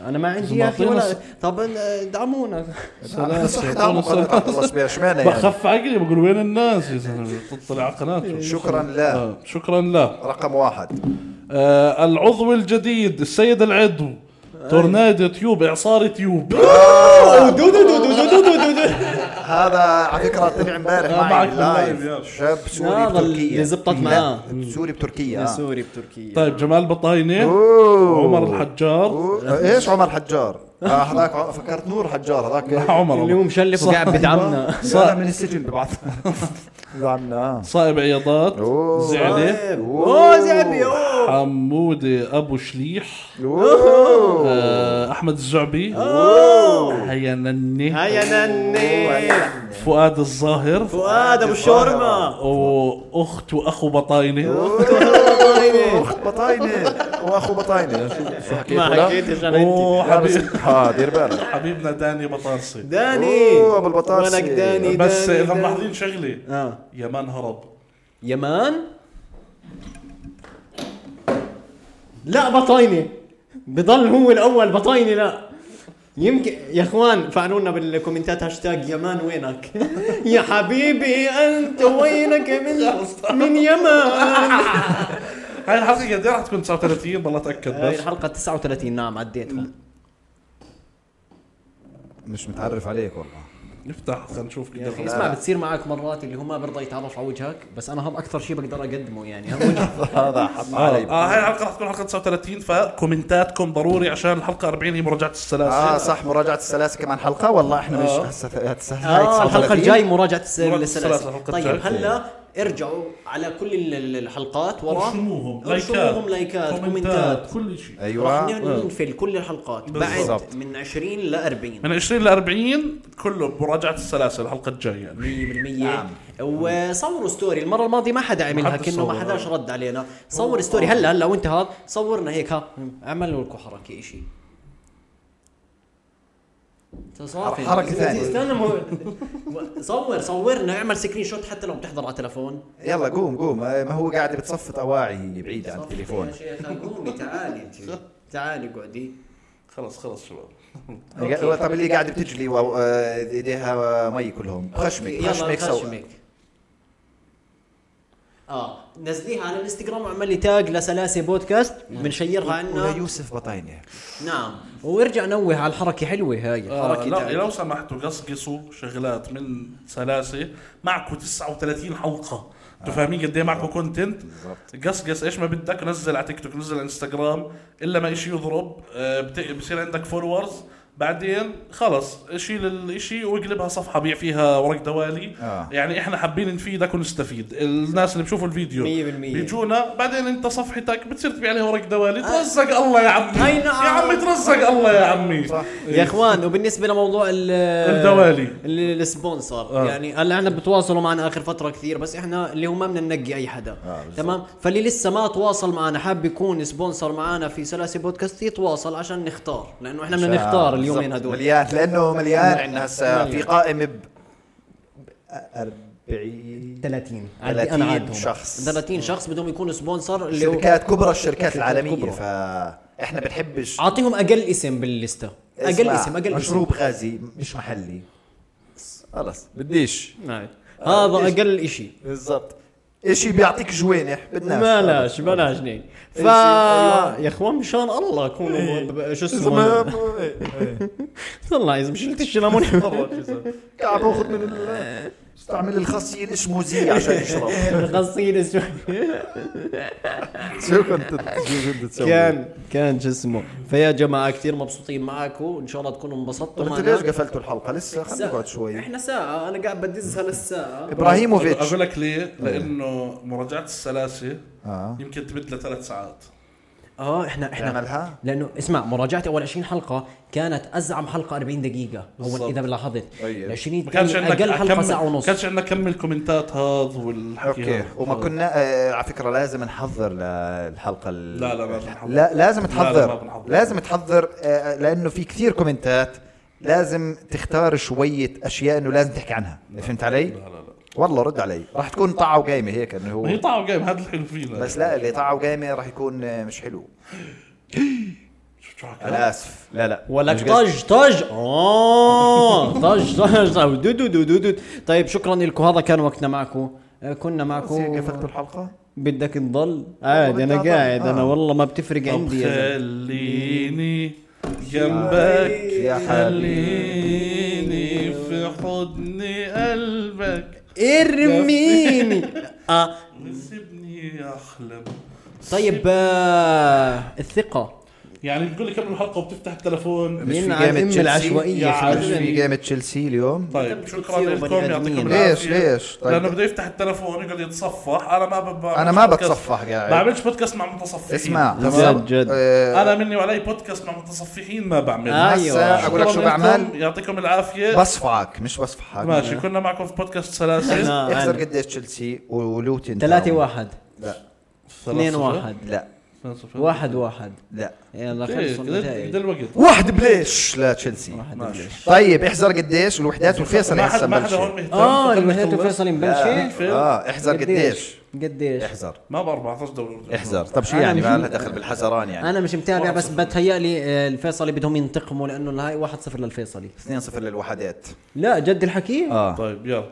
[SPEAKER 4] انا ما عندي يا اخي ولا
[SPEAKER 2] معطينا
[SPEAKER 4] طب دعمونا
[SPEAKER 3] صح دعمه قناة خلص بها اشمعنى يعني
[SPEAKER 2] بخف عقلي بقول وين الناس يا زلمه تطلع على قناته
[SPEAKER 3] شكرا لا
[SPEAKER 2] آه، شكرا لا
[SPEAKER 3] رقم واحد
[SPEAKER 2] آه العضو الجديد السيد العضو
[SPEAKER 3] آه.
[SPEAKER 2] تورنادو تيوب اعصار تيوب
[SPEAKER 3] هذا على فكرة طلع امبارح
[SPEAKER 2] آه،
[SPEAKER 3] معي
[SPEAKER 2] معك باللايف،
[SPEAKER 3] باللايف
[SPEAKER 2] يا.
[SPEAKER 3] شاب سوري
[SPEAKER 4] هذا
[SPEAKER 3] بتركيا
[SPEAKER 4] اللي زبطت معاه
[SPEAKER 3] لا، سوري بتركيا آه.
[SPEAKER 4] سوري بتركيا
[SPEAKER 2] طيب جمال بطاينه
[SPEAKER 3] أوه.
[SPEAKER 2] عمر الحجار
[SPEAKER 3] أوه. ايش عمر حجار؟ آه، هذاك ع- فكرت نور حجار هذاك
[SPEAKER 2] عمر
[SPEAKER 4] اللي هو
[SPEAKER 2] عمر.
[SPEAKER 4] مشلف
[SPEAKER 2] صح.
[SPEAKER 4] طيب،
[SPEAKER 2] أيوة.
[SPEAKER 4] وقاعد بدعمنا
[SPEAKER 3] صار من السجن ببعض زعمنا
[SPEAKER 2] صائب عياضات
[SPEAKER 3] أوه.
[SPEAKER 2] زعلي
[SPEAKER 3] اوه زعبي
[SPEAKER 2] حمودة ابو شليح
[SPEAKER 3] اوه
[SPEAKER 2] آه، احمد الزعبي هيا نني
[SPEAKER 4] هيا نني
[SPEAKER 2] فؤاد الظاهر
[SPEAKER 4] فؤاد ابو الشورمه
[SPEAKER 2] واخت واخو بطاينه
[SPEAKER 3] اخت بطاينه واخو بطاينه شو- شو حكيت
[SPEAKER 4] ما
[SPEAKER 3] ولا؟
[SPEAKER 4] حكيتش انا انت
[SPEAKER 2] وحبيب
[SPEAKER 3] اه دير بالك
[SPEAKER 2] حبيبنا داني بطارسي
[SPEAKER 4] داني
[SPEAKER 3] أوه، أبو البطاطسي.
[SPEAKER 4] وينك داني
[SPEAKER 2] بس
[SPEAKER 4] داني،
[SPEAKER 2] اذا
[SPEAKER 4] داني.
[SPEAKER 2] ملاحظين شغله
[SPEAKER 4] اه
[SPEAKER 2] يمان هرب
[SPEAKER 4] يمان لا بطاينه بضل هو الاول بطاينه لا يمكن يا اخوان فعلونا بالكومنتات هاشتاج يمان وينك يا حبيبي انت وينك من من يمان
[SPEAKER 2] هاي الحلقه قد ايه رح تكون 39 بالله اتاكد
[SPEAKER 4] هاي
[SPEAKER 2] بس
[SPEAKER 4] الحلقه 39 نعم عديتها
[SPEAKER 3] مش متعرف عليك والله
[SPEAKER 2] نفتح خلينا نشوف
[SPEAKER 4] يا اخي
[SPEAKER 2] كده
[SPEAKER 4] اسمع بتصير معك مرات اللي هو ما برضى يتعرف على وجهك بس انا هذا اكثر شيء بقدر اقدمه يعني هذا وجه-
[SPEAKER 3] هذا حط
[SPEAKER 2] اه
[SPEAKER 3] علي
[SPEAKER 2] آه، هاي الحلقه رح تكون حلقه 39 فكومنتاتكم ضروري عشان الحلقه 40 هي مراجعه
[SPEAKER 3] اه
[SPEAKER 2] السلاسل
[SPEAKER 3] صح مراجعه السلاسل كمان حلقه والله احنا مش هسه هسه هاي
[SPEAKER 4] اه الحلقه
[SPEAKER 3] 39.
[SPEAKER 4] الجاي مراجعه
[SPEAKER 2] مراجعة
[SPEAKER 4] السلاسل
[SPEAKER 2] السلاسل، الحلقة
[SPEAKER 4] طيب
[SPEAKER 2] الجاي.
[SPEAKER 4] هلا ارجعوا على كل ال- ال- الحلقات ورا
[SPEAKER 2] ارسموهم
[SPEAKER 4] ارسموهم لايكات كومنتات
[SPEAKER 2] كل شيء
[SPEAKER 3] ايوه
[SPEAKER 4] رح ننفل كل الحلقات
[SPEAKER 3] بالضبط.
[SPEAKER 4] بعد من 20 ل 40 100%
[SPEAKER 2] من 20 ل 40 كله بمراجعه السلاسل الحلقه الجايه يعني
[SPEAKER 3] نعم.
[SPEAKER 4] وصوروا ستوري المره الماضيه ما حدا عملها
[SPEAKER 2] حد
[SPEAKER 4] كأنه ما
[SPEAKER 2] صور.
[SPEAKER 4] حداش رد علينا صور ستوري هلا هلا وانت هذا صورنا هيك ها اعملوا لكم حركه شيء صافي.
[SPEAKER 3] حركة ثانية.
[SPEAKER 4] استنى مو- صور صورنا اعمل سكرين شوت حتى لو بتحضر على تلفون
[SPEAKER 3] يلا قوم قوم آه، ما هو قاعد بتصفط اواعي هي بعيد عن يعني التليفون
[SPEAKER 4] يا شيخ قومي تعالي انت تعالي اقعدي
[SPEAKER 2] خلص خلص شباب
[SPEAKER 3] قا- طب اللي قاعد بتجلي و- آه، ايديها مي كلهم خشمك
[SPEAKER 4] يلا
[SPEAKER 3] خشمك سوا
[SPEAKER 4] خشمك اه نزليها على الانستغرام واعمل لي تاج لسلاسي بودكاست
[SPEAKER 3] نعم.
[SPEAKER 4] بنشيرها
[SPEAKER 3] ولا
[SPEAKER 4] عنا
[SPEAKER 3] يوسف بطاينه
[SPEAKER 4] نعم وارجع نوه على الحركه حلوه هاي
[SPEAKER 2] آه
[SPEAKER 4] حركه
[SPEAKER 2] لا
[SPEAKER 4] تعال.
[SPEAKER 2] لو سمحتوا قصقصوا شغلات من سلاسه معكم 39 حلقه انتوا فاهمين قد ايه معكم كونتنت قصقص ايش ما بدك نزل على تيك توك نزل على انستغرام الا ما اشي يضرب آه، بت- بصير عندك فولورز بعدين خلص شيل الاشي واقلبها صفحه بيع فيها ورق دوالي
[SPEAKER 3] آه.
[SPEAKER 2] يعني احنا حابين نفيدك ونستفيد الناس اللي بشوفوا الفيديو
[SPEAKER 4] 100%.
[SPEAKER 2] بيجونا بعدين انت صفحتك بتصير تبيع عليها ورق دوالي ترزق الله يا عمي
[SPEAKER 4] آه. أي نعم.
[SPEAKER 2] يا عمي ترزق الله يا عمي إيه.
[SPEAKER 4] يا اخوان وبالنسبه لموضوع ال
[SPEAKER 2] الدوالي.
[SPEAKER 4] ال- السبونسر
[SPEAKER 2] آه.
[SPEAKER 4] آه. يعني هلا احنا بتواصلوا معنا اخر فتره كثير بس احنا اللي هو ما بدنا ننقي اي حدا آه تمام فاللي لسه ما تواصل معنا حاب يكون سبونسر معنا في سلاسي بودكاست يتواصل عشان نختار لانه احنا بدنا نختار اليومين
[SPEAKER 3] بالضبط.
[SPEAKER 4] هدول
[SPEAKER 3] مليان لانه مليان عندنا هسه
[SPEAKER 4] مليان.
[SPEAKER 3] في قائمه ب 40
[SPEAKER 4] 30
[SPEAKER 3] 30 شخص.
[SPEAKER 4] 30 شخص بدهم يكونوا سبونسر اللي هو
[SPEAKER 3] شركات كبرى الشركات العالميه
[SPEAKER 4] كبرى.
[SPEAKER 3] فاحنا بنحبش
[SPEAKER 4] اعطيهم اقل اسم باللسته اقل
[SPEAKER 3] اسمع،
[SPEAKER 4] اسم اقل اسم
[SPEAKER 3] مشروب غازي مش محلي خلص بديش
[SPEAKER 4] نعم.
[SPEAKER 3] آه،
[SPEAKER 4] هذا اقل اشي
[SPEAKER 3] بالضبط اشي بيعطيك جوانح بدناش
[SPEAKER 4] بلاش بلاش نيك ف
[SPEAKER 3] أيوة. إيه.
[SPEAKER 4] يا اخوان مشان الله كونوا ب- ب- شو
[SPEAKER 3] إذا ما-
[SPEAKER 4] اسمه والله اذا مشيت الشلمون
[SPEAKER 3] كعب اخذ من ال- استعمل الخصيل اشموزي عشان يشرب
[SPEAKER 4] غصين اسمه
[SPEAKER 3] شو كنت شو كنت تسوي؟
[SPEAKER 4] كان كان شو اسمه فيا جماعه كثير مبسوطين معكم وان شاء الله تكونوا انبسطتوا
[SPEAKER 3] انت ليش قفلتوا الحلقه لسه خلينا نقعد شوي
[SPEAKER 4] احنا ساعه انا قاعد بدزها للساعه
[SPEAKER 3] ابراهيموفيتش
[SPEAKER 2] اقول لك ليه؟ لانه مراجعه السلاسه
[SPEAKER 3] إيه. آه.
[SPEAKER 2] يمكن تمد لثلاث ساعات
[SPEAKER 4] اه احنا احنا
[SPEAKER 3] نعملها؟
[SPEAKER 4] لانه اسمع مراجعتي اول 20 حلقه كانت ازعم حلقه 40 دقيقه
[SPEAKER 2] بالضبط.
[SPEAKER 4] اول اذا لاحظت
[SPEAKER 3] طيب.
[SPEAKER 4] ال 20
[SPEAKER 2] ما كانش
[SPEAKER 4] الثانية
[SPEAKER 2] عندك
[SPEAKER 4] اقل حلقه
[SPEAKER 2] كم-
[SPEAKER 4] ساعه ونص
[SPEAKER 2] ما كانش عندك كم الكومنتات هذا والحكي
[SPEAKER 3] اوكي
[SPEAKER 2] هذا.
[SPEAKER 3] وما كنا آه على فكره لازم نحضر للحلقه ال...
[SPEAKER 2] لا، لا، ما بنحضر.
[SPEAKER 3] لا لازم
[SPEAKER 2] لا، ما
[SPEAKER 3] تحضر
[SPEAKER 2] بنحضر.
[SPEAKER 3] لازم تحضر آه لانه في كثير كومنتات لازم تختار شويه اشياء انه لازم تحكي عنها فهمت علي
[SPEAKER 2] لا لا لا
[SPEAKER 3] والله رد علي راح تكون طعه وقايمه هيك انه
[SPEAKER 2] ما هي
[SPEAKER 3] هو
[SPEAKER 2] طعم جايب هذا الحلو فينا
[SPEAKER 3] بس لا اللي طعه وقايمه راح يكون آه، مش حلو
[SPEAKER 2] شو- شو حكى؟
[SPEAKER 3] انا اسف لا لا
[SPEAKER 4] ولك
[SPEAKER 3] مش قصدي.
[SPEAKER 4] طج طج اه طج طج طج. دو دو دو دو دو. طيب شكرا لكم هذا كان وقتنا معكم آه، كنا معكم
[SPEAKER 3] قفلتوا الحلقه
[SPEAKER 4] بدك تضل عادي انا
[SPEAKER 3] بدي
[SPEAKER 4] قاعد
[SPEAKER 3] أضل.
[SPEAKER 4] انا
[SPEAKER 3] آه.
[SPEAKER 4] والله ما بتفرق
[SPEAKER 2] طب
[SPEAKER 3] يعني.
[SPEAKER 4] عندي يا زلمة.
[SPEAKER 2] خليني جنبك
[SPEAKER 3] يا
[SPEAKER 2] خليني في حضن قلبك
[SPEAKER 4] ارميني
[SPEAKER 2] آه.
[SPEAKER 4] اه
[SPEAKER 2] سيبني احلم
[SPEAKER 4] طيب آه الثقه
[SPEAKER 2] يعني بقول لك قبل الحلقه وبتفتح التلفون
[SPEAKER 3] مش في
[SPEAKER 4] مين على
[SPEAKER 3] جيمة
[SPEAKER 4] الأم
[SPEAKER 3] تشيلسي؟
[SPEAKER 4] العشوائية
[SPEAKER 2] يا
[SPEAKER 3] مش
[SPEAKER 2] عجل.
[SPEAKER 3] في جيمة تشيلسي اليوم
[SPEAKER 2] طيب
[SPEAKER 1] بتصيروا
[SPEAKER 2] شكرا لكم
[SPEAKER 1] بني آدمين.
[SPEAKER 2] يعطيكم
[SPEAKER 3] ليش
[SPEAKER 2] العافيه
[SPEAKER 3] ليش
[SPEAKER 2] لانه
[SPEAKER 3] طيب
[SPEAKER 2] بده يفتح التلفون يقعد يتصفح انا ما ب...
[SPEAKER 3] انا ما
[SPEAKER 2] بودكاست-
[SPEAKER 3] بتصفح
[SPEAKER 2] ما
[SPEAKER 3] قاعد
[SPEAKER 2] بعملش بودكاست مع متصفحين
[SPEAKER 3] اسمع
[SPEAKER 4] جد
[SPEAKER 3] تمام
[SPEAKER 4] جد.
[SPEAKER 3] آه،
[SPEAKER 2] انا مني وعلي بودكاست مع متصفحين ما بعمل
[SPEAKER 4] آه،
[SPEAKER 3] هسا
[SPEAKER 4] أيوة.
[SPEAKER 3] اقول لك شو
[SPEAKER 2] أيوه. شكراً لكم،
[SPEAKER 3] بعمل
[SPEAKER 2] يعطيكم العافيه
[SPEAKER 3] بصفعك مش بصفحك
[SPEAKER 2] ماشي آه، كنا معكم في بودكاست سلاسل
[SPEAKER 4] أنا-
[SPEAKER 3] احذر
[SPEAKER 4] أنا.
[SPEAKER 3] قديش تشيلسي ولوتن
[SPEAKER 2] نعم.
[SPEAKER 4] 3 1
[SPEAKER 3] لا
[SPEAKER 4] 2 1
[SPEAKER 3] لا
[SPEAKER 4] 1 1
[SPEAKER 3] لا
[SPEAKER 4] يلا
[SPEAKER 2] إيه،
[SPEAKER 4] خلص
[SPEAKER 2] قد
[SPEAKER 4] الدقائق
[SPEAKER 2] الوقت
[SPEAKER 3] واحد بليش لتشيلسي
[SPEAKER 4] واحد
[SPEAKER 3] طيب احذر قديش الوحدات والفيصل
[SPEAKER 2] ما حد
[SPEAKER 3] هسه
[SPEAKER 2] ما حدا هون
[SPEAKER 3] مبلشين
[SPEAKER 2] مهتم
[SPEAKER 4] اه
[SPEAKER 2] فكرني
[SPEAKER 4] الوحدات
[SPEAKER 2] خلص.
[SPEAKER 4] الفيصلي مبلشة
[SPEAKER 3] اه احذر قديش إيه.
[SPEAKER 4] قديش
[SPEAKER 3] احذر
[SPEAKER 2] ما ب 14 دوله
[SPEAKER 3] احذر طب شو
[SPEAKER 4] أنا
[SPEAKER 3] يعني
[SPEAKER 4] مش-
[SPEAKER 3] ما لها دخل بالحزران يعني
[SPEAKER 4] انا مش متابع
[SPEAKER 2] واحد
[SPEAKER 4] بس بتهيألي آه، الفيصلي بدهم ينتقموا لانه النهائي 1-0 للفيصلي
[SPEAKER 3] 2-0 للوحدات
[SPEAKER 4] لا جد الحكي
[SPEAKER 3] اه
[SPEAKER 2] طيب يلا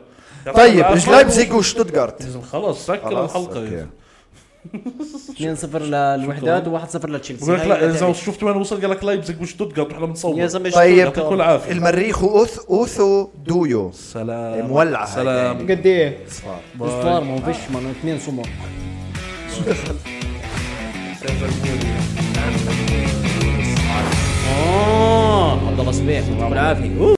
[SPEAKER 3] طيب مش لايبزيج وشتوتغارت
[SPEAKER 2] خلص سكر
[SPEAKER 3] خلاص
[SPEAKER 2] الحلقه يا
[SPEAKER 3] اوكي
[SPEAKER 2] زلمة.
[SPEAKER 4] 2-0 للوحدات و1-0 لتشيلسي
[SPEAKER 2] بقول لك
[SPEAKER 4] هاي
[SPEAKER 2] لا اذا
[SPEAKER 4] بتهيألي.
[SPEAKER 2] شفت وين وصل قال لك لايبزيج وشتوتغارت رح بنصور
[SPEAKER 4] يا زلمه
[SPEAKER 3] طيب.
[SPEAKER 4] شو-
[SPEAKER 2] يعطيكم العافيه
[SPEAKER 3] المريخ اوث اوثو دويو
[SPEAKER 2] سلام
[SPEAKER 3] مولعة هاي
[SPEAKER 2] سلام
[SPEAKER 4] قد ايه؟
[SPEAKER 3] صفار
[SPEAKER 4] صفار ما فيش ما اثنين سمر اه عبد الله آه، صبيح يعطيكم العافيه